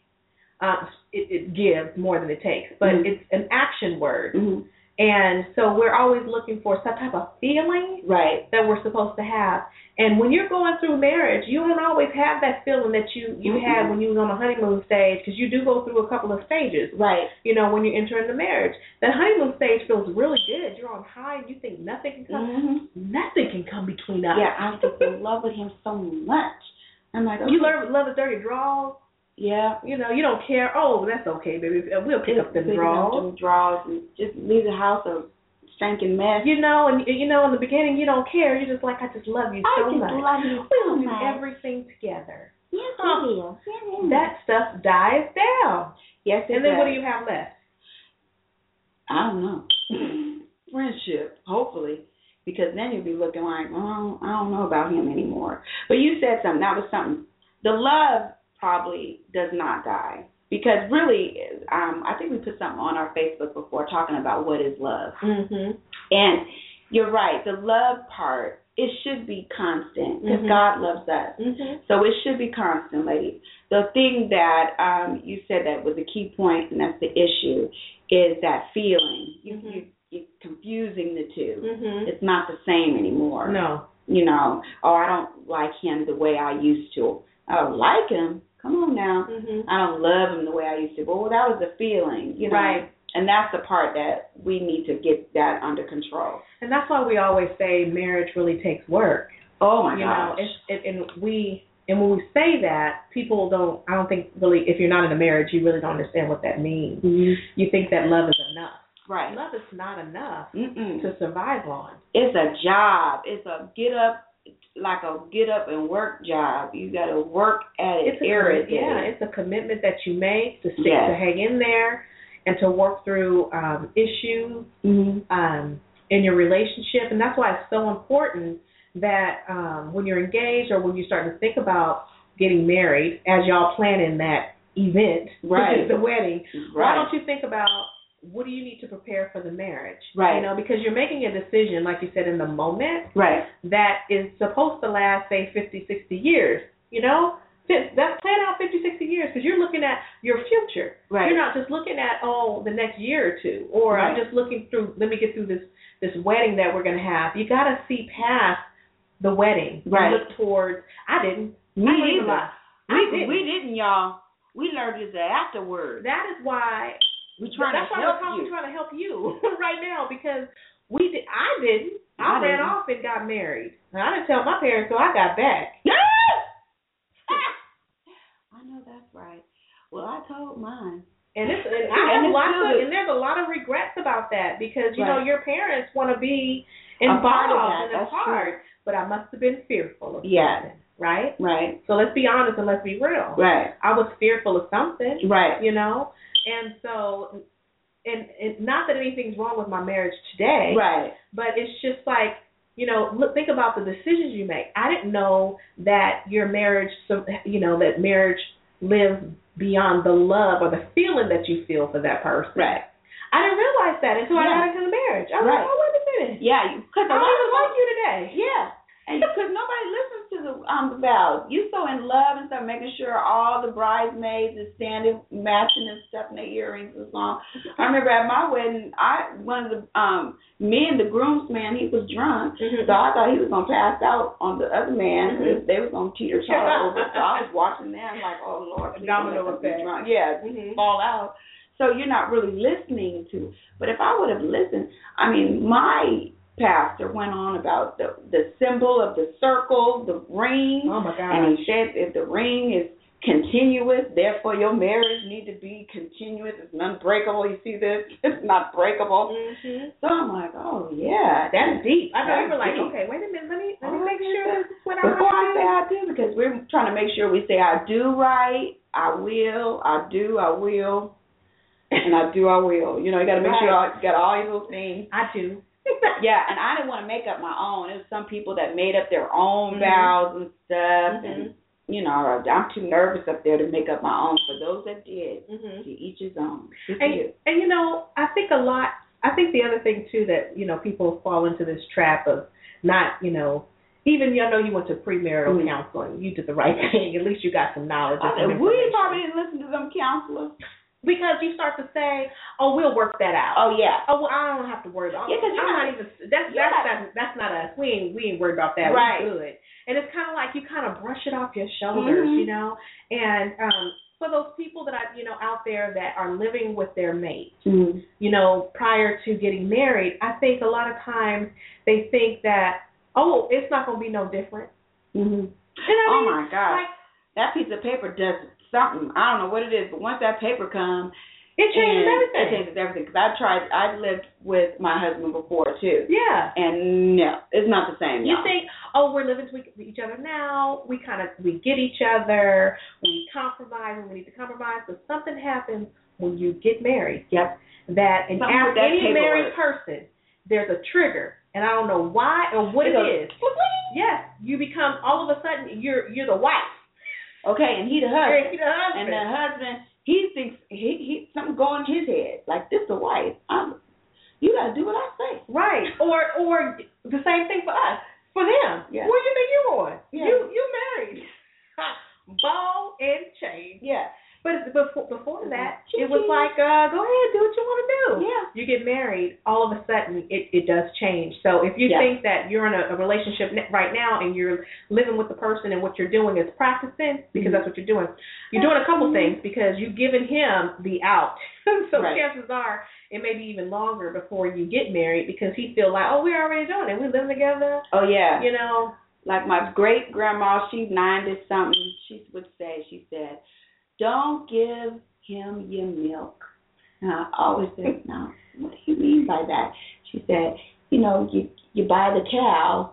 Um, it, it gives more than it takes, but Mhm. it's an action word. Mhm. And so we're always looking for some type of feeling Right. that we're supposed to have. And when you're going through marriage, you don't always have that feeling that you you Mhm. had when you was on the honeymoon stage, because you do go through a couple of stages. Right. You know, when you enter into marriage, that honeymoon stage feels really good. You're on high, and you think nothing can come, Mhm. nothing can come between us. Yeah, I'm just in love with him so much. I'm like, You okay, learn love is dirty draws. yeah. You know, you don't care. Oh, that's okay, baby. We'll pick up the Picking draws. them draws and just leave the house a stinking mess. You know, and you know, in the beginning, you don't care. You're just like, I just love you I so just much. love you so We'll do much. everything together. Yes, Huh. it is. Yeah, yeah. That stuff dies down. yes, it And then what do does. you have left? I don't know. Friendship, hopefully, because then you'll be looking like, oh, I don't know about him anymore. But you said something. That was something. The love probably does not die because really, um, I think we put something on our Facebook before talking about what is love. Mm-hmm. And you're right, the love part, it should be constant because Mhm. God loves us. Mm-hmm. So it should be constant, ladies. The thing that um, you said that was a key point, and that's the issue, is that feeling. You, Mhm. you, you're confusing the 2 Mm-hmm. It's not the same anymore. No. You know, oh, I don't like him the way I used to. I don't like him. Come on now. Mm-hmm. I don't love him the way I used to. But well, that was the feeling, you know. Right. And that's the part that we need to get that under control. And that's why we always say marriage really takes work. Oh my you know, gosh. it's, it, and we and when we say that, people don't. I don't think really. If you're not in a marriage, you really don't understand what that means. Mm-hmm. You think that love is enough. Right. Love is not enough Mm-mm. to survive on. It's a job. It's a get up, like a get up and work job. You got to work at it It's a every commi- day. yeah, it's a commitment that you make to stick Yes. to hang in there and to work through um, issues Mm-hmm. um, in your relationship, and that's why it's so important that um, when you're engaged or when you start to think about getting married, as y'all planning that event, Right. which is the wedding, why Right. don't you think about what do you need to prepare for the marriage? Right. You know, because you're making a decision, like you said, in the moment right. that is supposed to last, say, 50, 60 years. You know, Fi- that plan out 50, 60 years because you're looking at your future. Right. You're not just looking at oh the next year or two, or I'm Right. just looking through. Let me get through this this wedding that we're gonna have. You gotta see past the wedding. You Right. Look towards. I didn't. Me I ain't gonna either. lie. we, I didn't. we didn't, y'all. We learned this afterwards. That is why. We're trying that's to why help we're probably you. trying to help you right now because we did. I didn't. I, I ran didn't. off and got married. I didn't tell my parents, so I got back. I know that's right. Well, I told mine. And it's And and I have it's lots good. of and there's a lot of regrets about that because you know Right. your parents want to be A involved part of that, and a that's part, true. but I must have been fearful of Yeah. something, right? Right. So let's be honest and let's be real. Right. I was fearful of something, Right. you know, and so and, and not that anything's wrong with my marriage today, Right. but it's just like you know look think about the decisions you make i didn't know that your marriage some you know that marriage lives beyond the love or the feeling that you feel for that person Right. i didn't realize that until i Yeah. got into the marriage i was Right. like oh wait a minute Yeah. Because i don't even like you today Yeah. And because nobody listens to the um the vows. You so in love and stuff, making sure all the bridesmaids is standing, matching and stuff, and their earrings is long. I remember at my wedding, I one of the um me and the groomsman, he was drunk, Mhm. so I thought he was gonna pass out on the other man. Mm-hmm. They was gonna teeter totter over. So I was watching them like, oh lord, please don't let Domino them be effect. drunk. Yeah, Mhm. fall out. So you're not really listening to. But if I would have listened, I mean, my pastor went on about the the symbol of the circle, the ring, Oh my and he gosh. said if the ring is continuous, therefore your marriage need to be continuous. It's unbreakable. You see this? It's not breakable. Mm-hmm. So I'm like, oh yeah, that's deep. I know you were That's like, deep. okay, wait a minute, let me let me Oh, make yeah. sure this is what I Before I say want I do, because we're trying to make sure we say I do right, I will, I do, I will, and I do, I will. You know, you got to make sure all, you got all your little things. I do. Yeah, and I didn't want to make up my own. It was some people that made up their own Mhm. vows and stuff, Mhm. and you know, I'm too nervous up there to make up my own. For those that did, Mhm. to each his own. Good for and, you. and you know, I think a lot. I think the other thing too that you know people fall into this trap of not, you know, even you know you went to premarital Mhm. counseling, you did the right thing. At least you got some knowledge. and I some said, we information. probably didn't listen to them counselors. because you start to say, oh, we'll work that out. Oh yeah, Oh, well, I don't have to worry about. Yeah, 'cause I'm you're not not- even. That's you're that's not, that's not us. We ain't we ain't worried about that. Right. We good. And it's kind of like you kind of brush it off your shoulders, Mhm. you know. And um, for those people that I you know out there that are living with their mate Mm-hmm. you know, prior to getting married, I think a lot of times they think that, oh, it's not going to be no different. mm-hmm. And I Oh mean, my God. like, that piece of paper does something. I don't know what it is, but once that paper comes, it changes and everything. Mm-hmm. It changes everything. Because I tried, I've lived with my husband before too, yeah. and no, it's not the same. You y'all. think, oh, we're living with each other now. We kind of we get each other. We compromise when we need to compromise. But something happens when you get married. Yep. That and Something ask with that any married paperwork. person, there's a trigger, and I don't know why or what It it goes, is. Yes, you become all of a sudden you're you're the wife. okay, and he the You're husband, the husband. and the husband, he thinks he he something going in his head like this the wife. I'm, you gotta do what I say. Right. Or or the same thing for us. For them. Yeah. What do you think you on? Yeah. You you married. Ball and chain. Yeah, But before before that, Mhm. it was like, uh, go ahead, do what you want to do. yeah. You get married, all of a sudden it, it does change. So if you Yeah. think that you're in a, a relationship n- right now and you're living with the person and what you're doing is practicing, because Mhm. that's what you're doing, you're doing a couple Mhm. things because you've given him the out. so Right. chances are it may be even longer before you get married because he feel like, oh, we're already doing it. We living together. Oh yeah. You know, like my great grandma, she's ninety something. She would say, she said, "Don't give him your milk." And I always said, "No, what do you mean by that?" She said, "You know, you you buy the cow.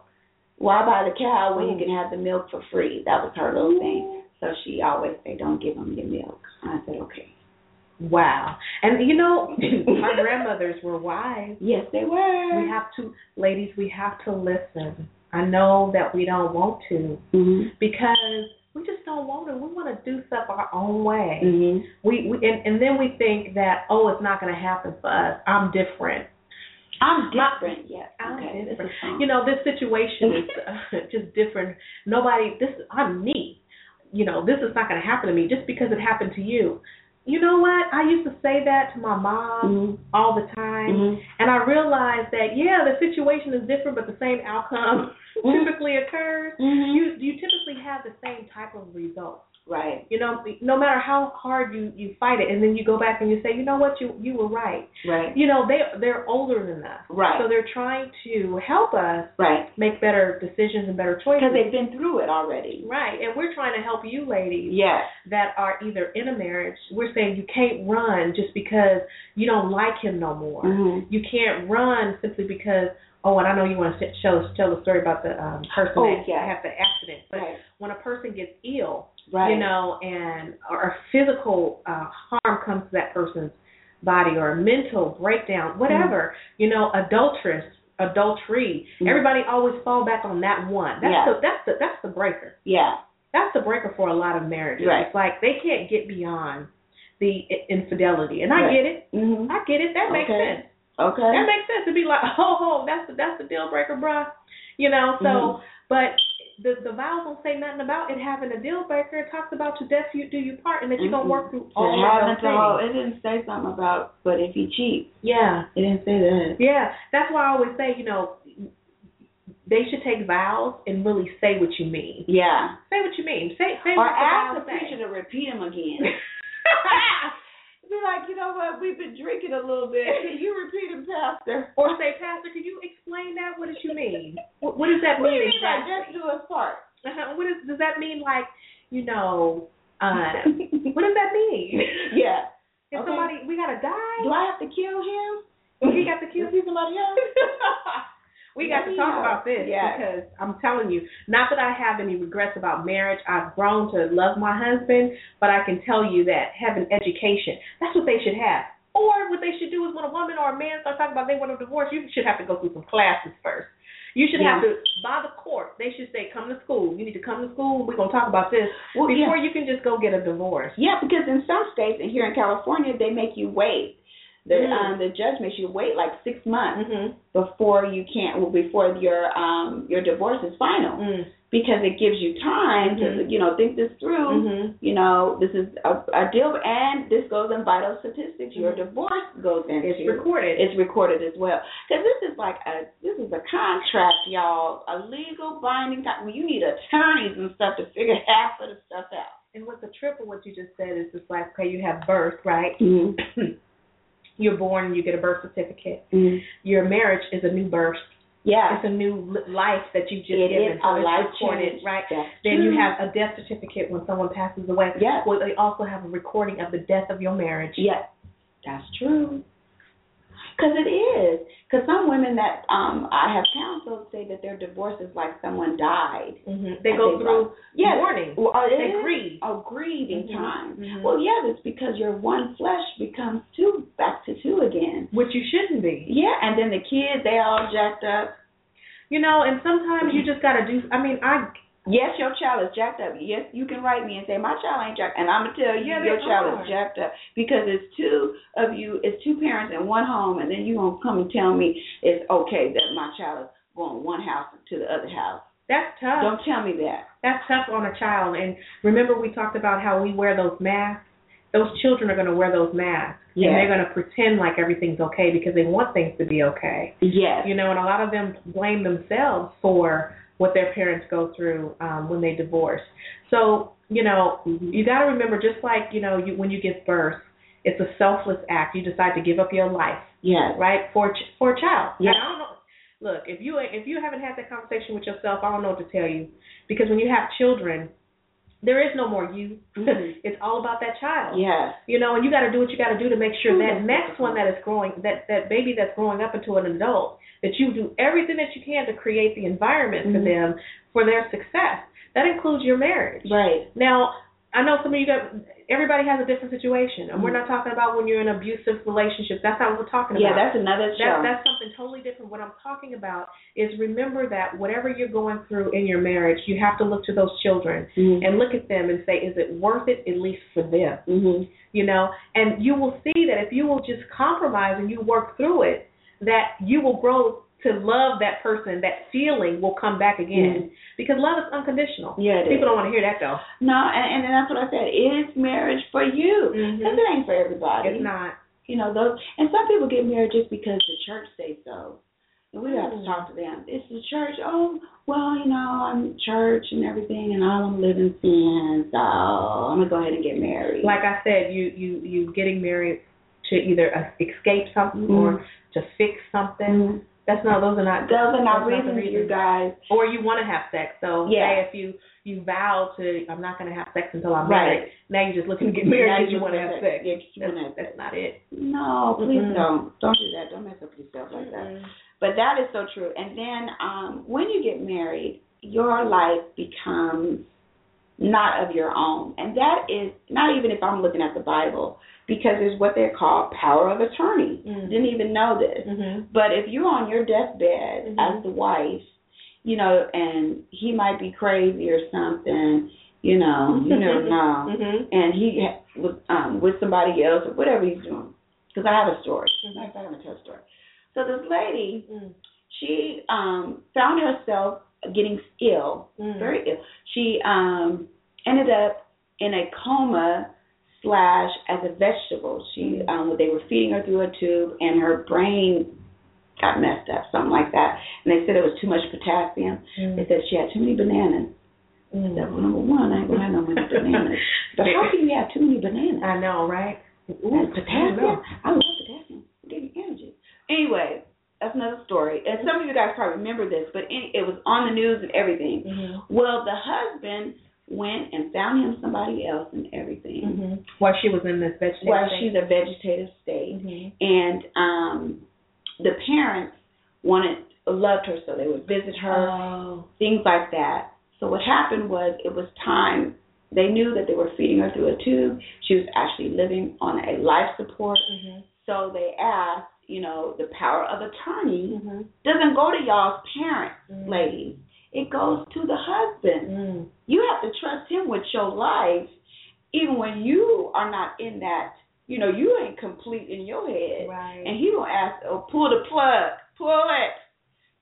Why buy the cow when you can have the milk for free?" That was her little thing. So she always say, "Don't give him your milk." I said, "Okay." wow. And you know, our grandmothers were wise. Yes, they were. We have to, ladies, we have to listen. I know that we don't want to Mhm. because we just don't want to. We want to do stuff our own way. Mhm. We, we and, and then we think that, oh, it's not going to happen for us. I'm different. I'm My- different. Yes. I'm okay. This different. is fine. You know, this situation is uh, just different. Nobody, this, I'm me. You know, this is not going to happen to me just because it happened to you. You know what? I used to say that to my mom Mhm. all the time. Mhm. And I realized that yeah, the situation is different, but the same outcome typically occurs. Mhm. You you typically have the same type of result. Right. You know, no matter how hard you you fight it, and then you go back and you say, you know what, you you were right. Right. You know, they they're older than us, so Right. they're trying to help us Right. make better decisions and better Because choices. they've been through it already. Right, and we're trying to help you ladies Yes. that are either in a marriage. We're saying you can't run just because you don't like him no more. Mm-hmm. you can't run simply because oh and i know you want to show tell the story about the um person Oh, that yeah. had the accident but Right. when a person gets ill Right. you know and or physical uh harm comes to that person's body or a mental breakdown Mm-hmm. whatever you know adulteress adultery Mhm. everybody always fall back on that one that's Yeah. the that's the that's the breaker Yeah. that's the breaker for a lot of marriages Right. it's like they can't get beyond the i- infidelity and i Right. get it Mm-hmm. i get it that makes Okay. sense Okay. that makes sense to be like, oh, that's the that's the deal breaker, bruh. You know, so Mhm. but the the vows don't say nothing about it having a deal breaker. It talks about to death you do you part, and that you're gonna work through all of having those Mm-hmm. to hold, things. it didn't say something about, but if he cheats, Yeah, it didn't say that. yeah. That's why I always say, you know, they should take vows and really say what you mean. Yeah. Say what you mean. Say say Or what the ask the vows say. preacher to repeat them again. Be like, you know what? We've been drinking a little bit. Can you repeat them, Pastor? or say, Pastor, can you explain that? What does you mean? What, what does that What do mean you mean by exactly? just do a part? Uh-huh. What is, does that mean? Like, you know, uh, what does that mean? yeah. If Okay. somebody, we gotta die. Do I have to kill him? we got to kill Is he somebody else? we got to talk about this Yeah. because I'm telling you, not that I have any regrets about marriage. I've grown to love my husband, but I can tell you that having education, that's what they should have. Or what they should do is when a woman or a man starts talking about they want a divorce, you should have to go through some classes first. You should have to by the court. They should say, "Come to school. You need to come to school. We're gonna talk about this Well, Oh, yeah. before you can just go get a divorce." Yeah, because in some states and here in California, they make you wait. The Mhm. um, the judge makes you wait like six months Mhm. before you can't well, before your um your divorce is final Mm. because it gives you time to Mhm. you know think this through. Mhm. You know this is a, a deal, and this goes in vital statistics. Your Mhm. divorce goes into It's recorded. it's recorded as well because this is like a this is a contract, y'all, a legal binding. Con- well, you need attorneys and stuff to figure half of the stuff out. And with the triple, what you just said is just like, okay, you have birth, right? Mm-hmm. You're born, you get a birth certificate. Your marriage is a new birth. Yeah, It's a new li- life that you've just It given. is so a it's life recorded, change. right? That's Then you true. have a death certificate when someone passes away. Yes. Well, they also have a recording of the death of your marriage. Yes, that's true. Because it is. Because some women that um I have counseled say that their divorce is like someone died. Mm-hmm. They I go think through Yeah. mourning. Well, uh, They it is grieve. a grieving Mhm, time. mhm. Well, yeah, that's because your one flesh becomes two, back to two again. Which you shouldn't be. Yeah, and then the kids, they all jacked up. You know, and sometimes you just got to do, I mean, I Yes, your child is jacked up. Yes, you can write me and say my child ain't jacked, and I'm gonna tell you Yeah, they your child are. is jacked up because it's two of you, it's two parents in one home, and then you gonna come and tell me it's okay that my child is going one house to the other house. that's tough. Don't tell me that. That's tough on a child. And remember, we talked about how we wear those masks. Those children are going to wear those masks, Yes. and they're going to pretend like everything's okay because they want things to be okay. Yes. You know, and a lot of them blame themselves for what their parents go through um, when they divorce. So, you know, Mm-hmm. you got to remember, just like you know, you, when you give birth, it's a selfless act. You decide to give up your life Yes. right for a ch- for a child. Yeah. And I don't know. Look, if you if you haven't had that conversation with yourself, I don't know what to tell you because when you have children, there is no more you. Mhm. it's all about that child. Yes. You know, and you got to do what you got to do to make sure Ooh, that that's next one that is growing, that that baby that's growing up into an adult, that you do everything that you can to create the environment for Mhm. them for their success. That includes your marriage. Right. Now, I know some of you got everybody has a different situation, and we're not talking about when you're in abusive relationships. That's not what we're talking Mm-hmm. Yeah, about. that's another That, show. that's something totally different. What I'm talking about is remember that whatever you're going through in your marriage, you have to look to those children Mhm. and look at them and say, is it worth it at least for them? Mhm. You know, and you will see that if you will just compromise and you work through it, that you will grow to love that person. That feeling will come back again Mm-hmm. because love is unconditional. Yeah, it is. People don't want to hear that though. No, and, and that's what I said. It is marriage for you. Mhm. 'Cause it ain't for Mm-hmm. everybody. It's not. You know, those and some people get married just because the church says so. And we have to Mm. talk to them. It's the church, oh well, you know, I'm church and everything and I don't live in sin, so I'm gonna go ahead and get married. like I said, you you you getting married to either uh, escape something Mhm. or to fix something. Mhm. That's not those are not those are not those the reasons you guys Or you want to have sex. So Yeah. say if you you vow to I'm not going to have sex until I'm Right. married. Now you just looking to get married Now because you just want to have wanna- sex. Yeah, just That's, wanna have sex. that's Mm-hmm. not it. No, please Mm-mm. don't. Don't do that. Don't mess up yourself like that. But that is so true. And then um when you get married, your life becomes not of your own. And that is not even if I'm looking at the Bible, because it's what they call power of attorney. Mm. Didn't even know this. Mhm. But if you're on your deathbed Mhm. as the wife, you know, and he might be crazy or something, you "Um, know, you never know Mhm. and he ha- was um, with somebody else or whatever he's doing. Because I have a story. Matter of fact, I'm gonna tell a story. So this lady, Mm. she um, found herself getting ill, Mm. very ill. She um ended up in a coma slash as a vegetable. She um they were feeding her through a tube and her brain got messed up, something like that. And they said it was too much potassium. They Mm. said she had too many bananas. I said, well, number one, I ain't gonna have no many bananas. But how can you have too many bananas? I know, right? Ooh, And potassium. I love potassium. It gave me energy. Anyway, that's another story. And some of you guys probably remember this, but any, it was on the news and everything. Mhm. Well, the husband went and found him somebody else and everything Mhm. While she was in this vegetable while she's a vegetative state. Mhm. And um the parents wanted loved her so they would visit her, Oh. things like that. So what happened was it was time they knew that they were feeding her through a tube. She was actually living on a life support Mhm. so they asked, you know, the power of attorney Mhm. doesn't go to y'all's parents, Mhm. ladies. It goes to the husband. Mm. You have to trust him with your life, even when you are not in that. You know, you ain't complete in your head, Right. and he gonna ask, oh, pull the plug, pull it,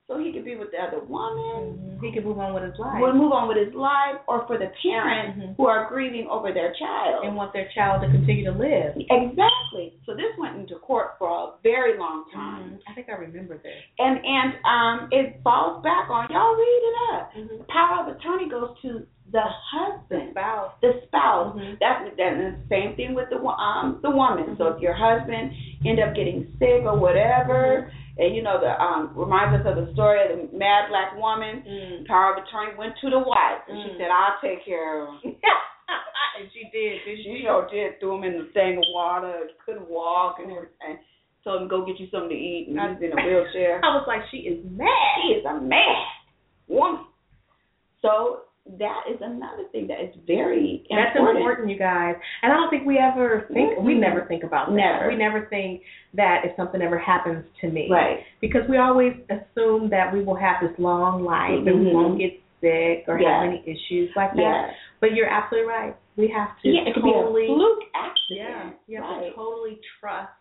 so he could be with the other woman. Mhm. He could move on with his life. Would move on with his life, or for the parents Mhm. who are grieving over their child. And want their child to continue to live. exactly. So this went into court for a very long time. Mhm. I think I remember this. and and um it falls back on y'all read it up Mm-hmm. power of attorney goes to the husband Spouse. the spouse Mhm. that's that's the same thing with the wo- um the woman so if your husband end up getting sick or whatever and you know the um reminds us of the story of the mad black woman Mm. power of attorney went to the wife and she Mm. said i'll take care of him and she did, didn't she sure did threw him in the thing of water couldn't walk and everything told him go get you something to eat and he's in a wheelchair I was like, she is She mad. is a mad woman. So that is another thing that is very That's important. important, you guys. And I don't think we ever think we Mhm. never think about that. Never. We never think that if something ever happens to me. Right. Because we always assume that we will have this long life and we Mhm. won't get sick or Yeah. have any issues like that. Yeah. But you're absolutely right. We have to yeah. It could be a totally fluke accident. Yeah. You have right. to totally trust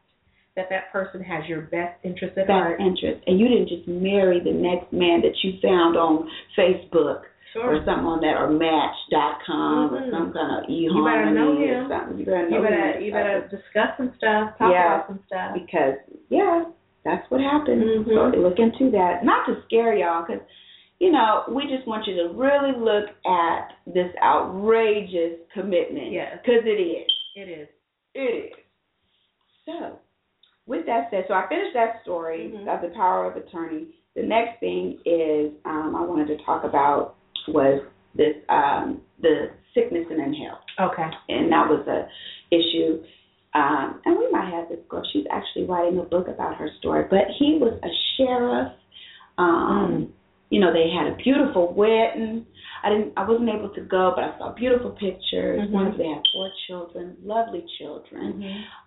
that that person has your best interest at Best heart. interest, and you didn't just marry the next man that you found on Facebook or Sure. something on that, or Match dot com or Mhm. some kind of e You better know harmony or him. something. You better know You better him. you better discuss some stuff, talk Yeah. about some stuff. because yeah, that's what happens. Mhm. So look into that. Not to scare y'all, because you know we just want you to really look at this outrageous commitment. Yes. because it is. It is. It is. So, with that said, so I finished that story Mhm. of the power of attorney. The next thing is um, I wanted to talk about was this um, the sickness and in health Okay. and that was a issue. Um, and we might have this girl. She's actually writing a book about her story. But he was a sheriff. Um, You know, they had a beautiful wedding. I didn't. I wasn't able to go, but I saw beautiful pictures. Mhm. Wonderful. They had four children, lovely children.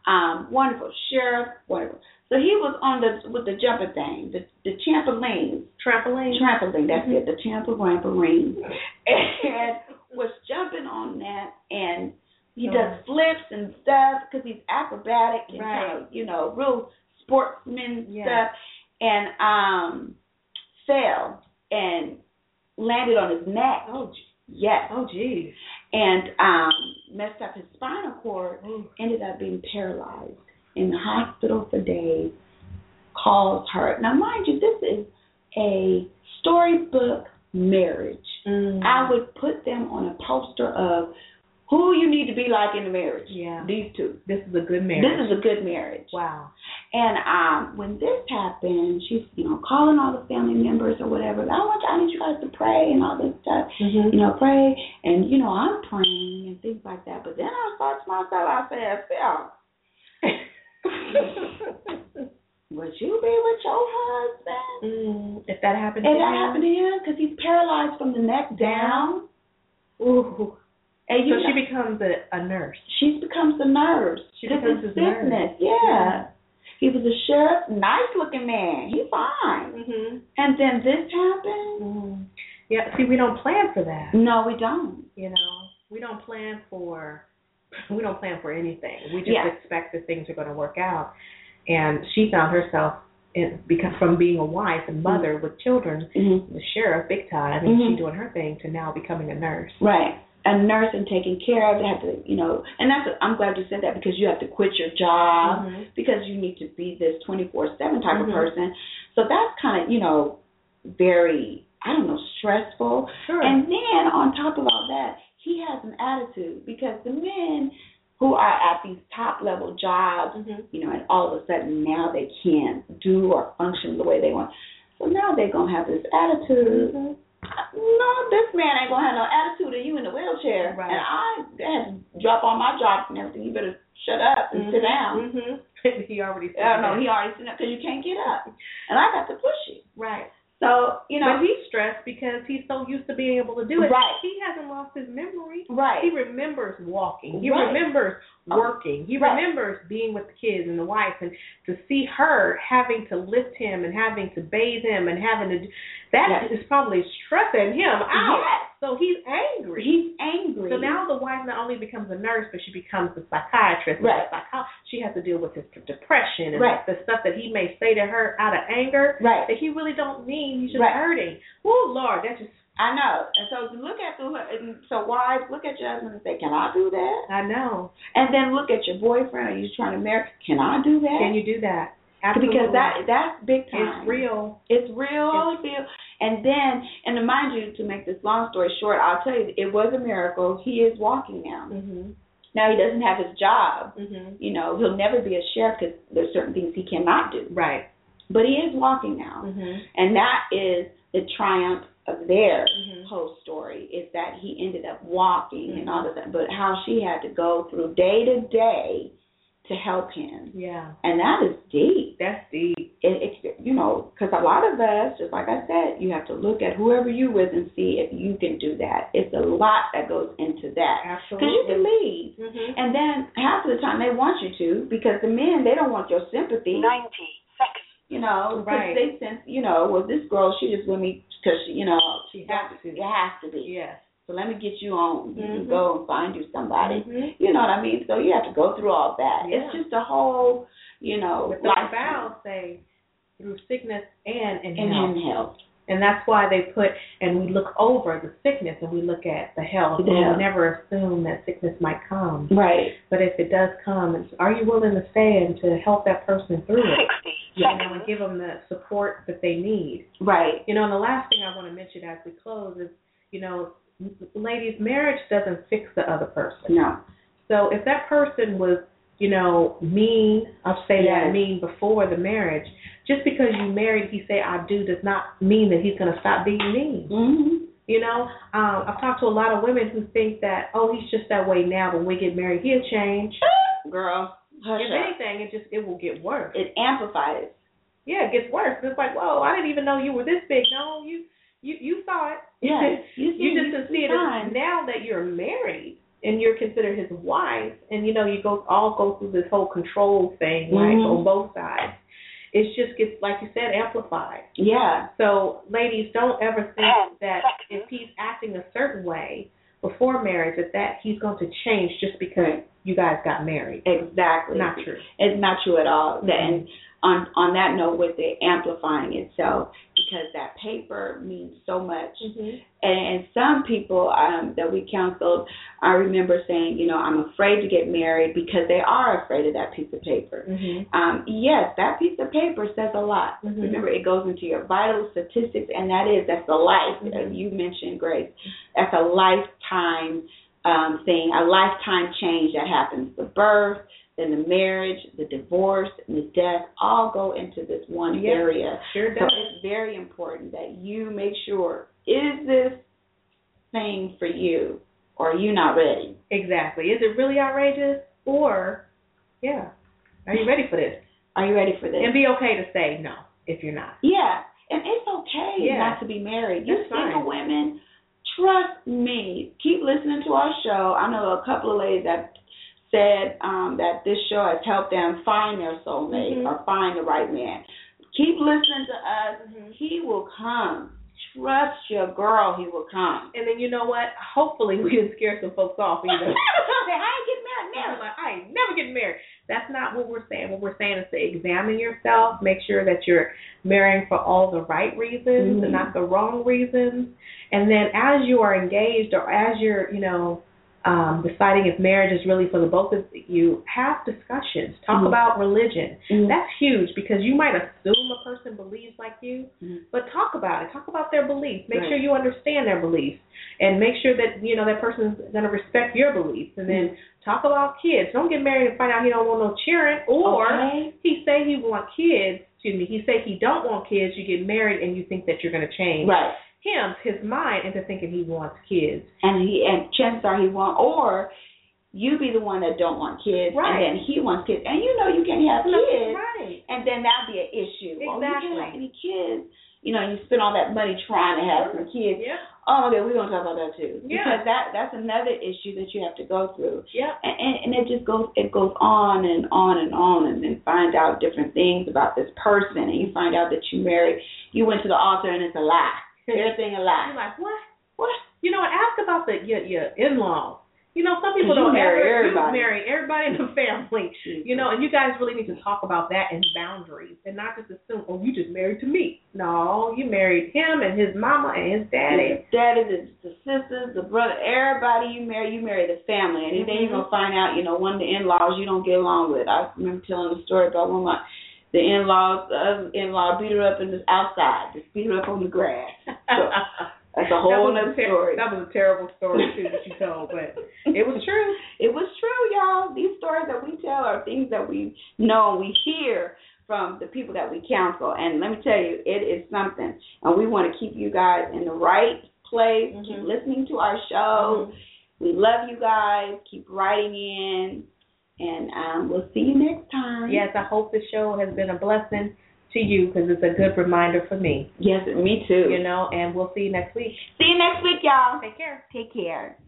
Mhm. Um, wonderful sheriff. Wonderful. So he was on the with the jumping thing, the the trampolines, Trampoline. trampoline. That's Mm-hmm. it. The trampoline, trampoline and was jumping on that and he Oh. does flips and stuff because he's acrobatic and Right. kind of you know real sportsman Yeah. stuff and um fell and landed on his neck Oh, gee- yes oh, geez. and um messed up his spinal cord Ooh. ended up being paralyzed in the hospital for days calls her now mind you this is a storybook marriage I would put them on a poster of who you need to be like in a marriage. Yeah. These two. This is a good marriage. This is a good marriage. wow. And um, when this happened, she's you know calling all the family members or whatever. I want I need you guys to pray and all this stuff. You know, pray and you know I'm praying and things like that. But then I thought to myself, I said, Phil, would you be with your husband? mm, if that happened, And to that you, happened to him because he's paralyzed from the neck down. Ooh. And you so know, she becomes a, a nurse. She becomes the nurse. She this becomes is his nurse. sickness. Yeah. He was a sheriff, nice looking man. He fine. Mm-hmm. And then this happened. Mm. Yeah. See, we don't plan for that. No, we don't. You know, we don't plan for we don't plan for anything. We just Yeah. expect that things are going to work out. And she found herself and because from being a wife and mother with children, Mm-hmm. the sheriff big time, and Mhm. she doing her thing to now becoming a nurse. Right. A nurse and taking care of, they have to, you know, and that's, I'm glad you said that because you have to quit your job Mhm. because you need to be this 24 7 type Mhm. of person. So that's kind of, you know, very, I don't know, stressful. Sure. And then on top of all that, he has an attitude because the men who are at these top level jobs, Mhm. you know, and all of a sudden now they can't do or function the way they want. So now they're going to have this attitude. Mhm. No, this man ain't going to have no attitude of you in the wheelchair. Right. And I had to drop all my jobs and everything. You better shut up and Mm-hmm. sit down. Mhm. he already said Oh no, that. he already sitting up because you can't get up, and I got to push you. right. So you know, but he's stressed because he's so used to being able to do it. Right. He hasn't lost his memory. He right, remembers walking. He Right. Oh. remembers working. He Right. remembers being with the kids and the wife, and to see her having to lift him and having to bathe him and having to. do- that is Yes. probably stressing him out. Yes. So he's angry. he's angry. so now the wife not only becomes a nurse, but she becomes a psychiatrist. Right. A psycho- she has to deal with his depression and Right. the stuff that he may say to her out of anger right, that he really don't mean. He's just Right. hurting. Oh Lord, that just I know. And so look at the and so wives, look at your husband and say, "Can I do that?" I know. And then look at your boyfriend or you're trying to marry. Can I do that? Can you do that? Absolutely. because that that's big time. it's real. It's real, it's real. And then, and mind you, to make this long story short, I'll tell you, it was a miracle. He is walking now. Mhm. Now he doesn't have his job. Mhm. You know, he'll never be a sheriff because there's certain things he cannot do. Right. But he is walking now. Mhm. And that is the triumph of their Mhm. whole story is that he ended up walking and all Mhm. of that. But how she had to go through day to day to help him. Yeah. And that is deep. That's deep. It, it you know, because a lot of us, just like I said, you have to look at whoever you with and see if you can do that. It's a lot that goes into that because Absolutely. you can leave. Mhm. And then half of the time they want you to because the men they don't want your sympathy. Ninety seconds. You know, 'cause Right. they sense you know, well this girl she just with me because she you know She has has to. to. It has to be. Yes. So let me get you on. You can Mhm. go and find you somebody. Mhm. You know what I mean? So you have to go through all that. It's Yeah. just a whole you know But the life vows say through sickness and in and health. in health. And that's why they put, and we look over the sickness and we look at the health. The we health. never assume that sickness might come. Right. But if it does come, it's, are you willing to stay and to help that person through it? You know, and give them the support that they need. Right. You know, and the last thing I want to mention as we close is, you know, ladies, marriage doesn't fix the other person. No. So if that person was, you know, mean, I'll say Yes. that mean before the marriage, just because you married, he say I do, does not mean that he's going to stop being mean. Mm-hmm. You know, um, I've talked to a lot of women who think that, oh, he's just that way now. When we get married, he'll change. Girl, hush If up. anything, it just it will get worse. It amplifies. Yeah, it gets worse. It's like, whoa, I didn't even know you were this big. No, you you you saw it. Yes. You, You just didn't see it as fine. now that you're married and you're considered his wife, and you know you go all go through this whole control thing, right, Mhm. on both sides. It just gets, like you said, amplified. Yeah. So, ladies, don't ever Ten think that if he's acting a certain way before marriage, that that he's going to change just because Right. you guys got married. Exactly. Not true. It's not true at all. Mhm. And on on that note, with it amplifying itself, because that paper means so much. Mm-hmm. And, and some people um, that we counseled, I remember saying, you know, I'm afraid to get married because they are afraid of that piece of paper. Mm-hmm. Um, yes, that piece of paper says a lot. Mhm. Remember, it goes into your vital statistics, and that is that's a life. Mhm. Uh, You mentioned Grace. That's a lifetime um, thing, a lifetime change that happens. The birth, then the marriage, the divorce, and the death all go into this one Yes. area. Sure So does. it's very important that you make sure is this thing for you, or are you not ready? Exactly. Is it really outrageous? Or, yeah, are you ready for this? Are you ready for this? And be okay to say no if you're not. Yeah, and it's okay Yeah. not to be married. You That's single fine. women, trust me. Keep listening to our show. I know a couple of ladies that said um, that this show has helped them find their soulmate Mhm. or find the right man. Keep listening to us. Mhm. He will come. Trust your girl. He will come. And then you know what? Hopefully we didn't scare some folks off Say, I either. ain't getting married They're now. like, I ain't never getting married. That's not what we're saying. What we're saying is to examine yourself, make sure that you're marrying for all the right reasons Mhm. and not the wrong reasons. And then as you are engaged or as you're, you know, um, deciding if marriage is really for the both of you, have discussions. Talk Mhm. about religion. Mhm. That's huge because you might assume a person believes like you, Mhm. but talk about it. Talk about their beliefs. Make Right. sure you understand their beliefs and make sure that you know that person's going to respect your beliefs. And then Mm-hmm. talk about kids. Don't get married and find out he don't want no children, or Okay. he say he want kids. Excuse me. He say he don't want kids. You get married and you think that you're going to change right. him, his mind, into thinking he wants kids. and he and chances are he won't or you be the one that don't want kids Right. and then he wants kids and you know you can have kids Right. and then that'd be an issue. Oh, you can't have Exactly. any kids. You know, you spend all that money trying to have some kids. Yeah. Oh okay, we're gonna talk about that too. Yeah. Because that that's another issue that you have to go through. Yeah. And, and, and it just goes it goes on and on and on and then find out different things about this person and you find out that you married you went to the altar and it's a lie. Everything a You're lie. like, what? What? You know, what? ask about the your your in laws. You know, some people You don't marry ever, everybody. You marry everybody in the family. You know, and you guys really need to talk about that and boundaries, and not just assume, oh, you just married to me. No, you married him and his mama and his daddy. Daddy, daddy, the, the sisters, the brother, everybody you marry, you marry the family, and then you're Mhm. gonna find out, you know, one of the in-laws you don't get along with. I remember telling the story about one of my the in-laws, the other in-law beat her up in the outside, just beat her up on the grass. That's a that whole was other a ter- story. That was a terrible story too that you told, but it was true. It was true, y'all. These stories that we tell are things that we know and we hear from the people that we counsel. And let me tell you, it is something. And we want to keep you guys in the right place. Keep Mhm. listening to our show. We love you guys. Keep writing in. And um, we'll see you next time. Yes, I hope the show has been a blessing to you because it's a good reminder for me. Yes, me too. You know, and we'll see you next week. See you next week, y'all. Take care. Take care.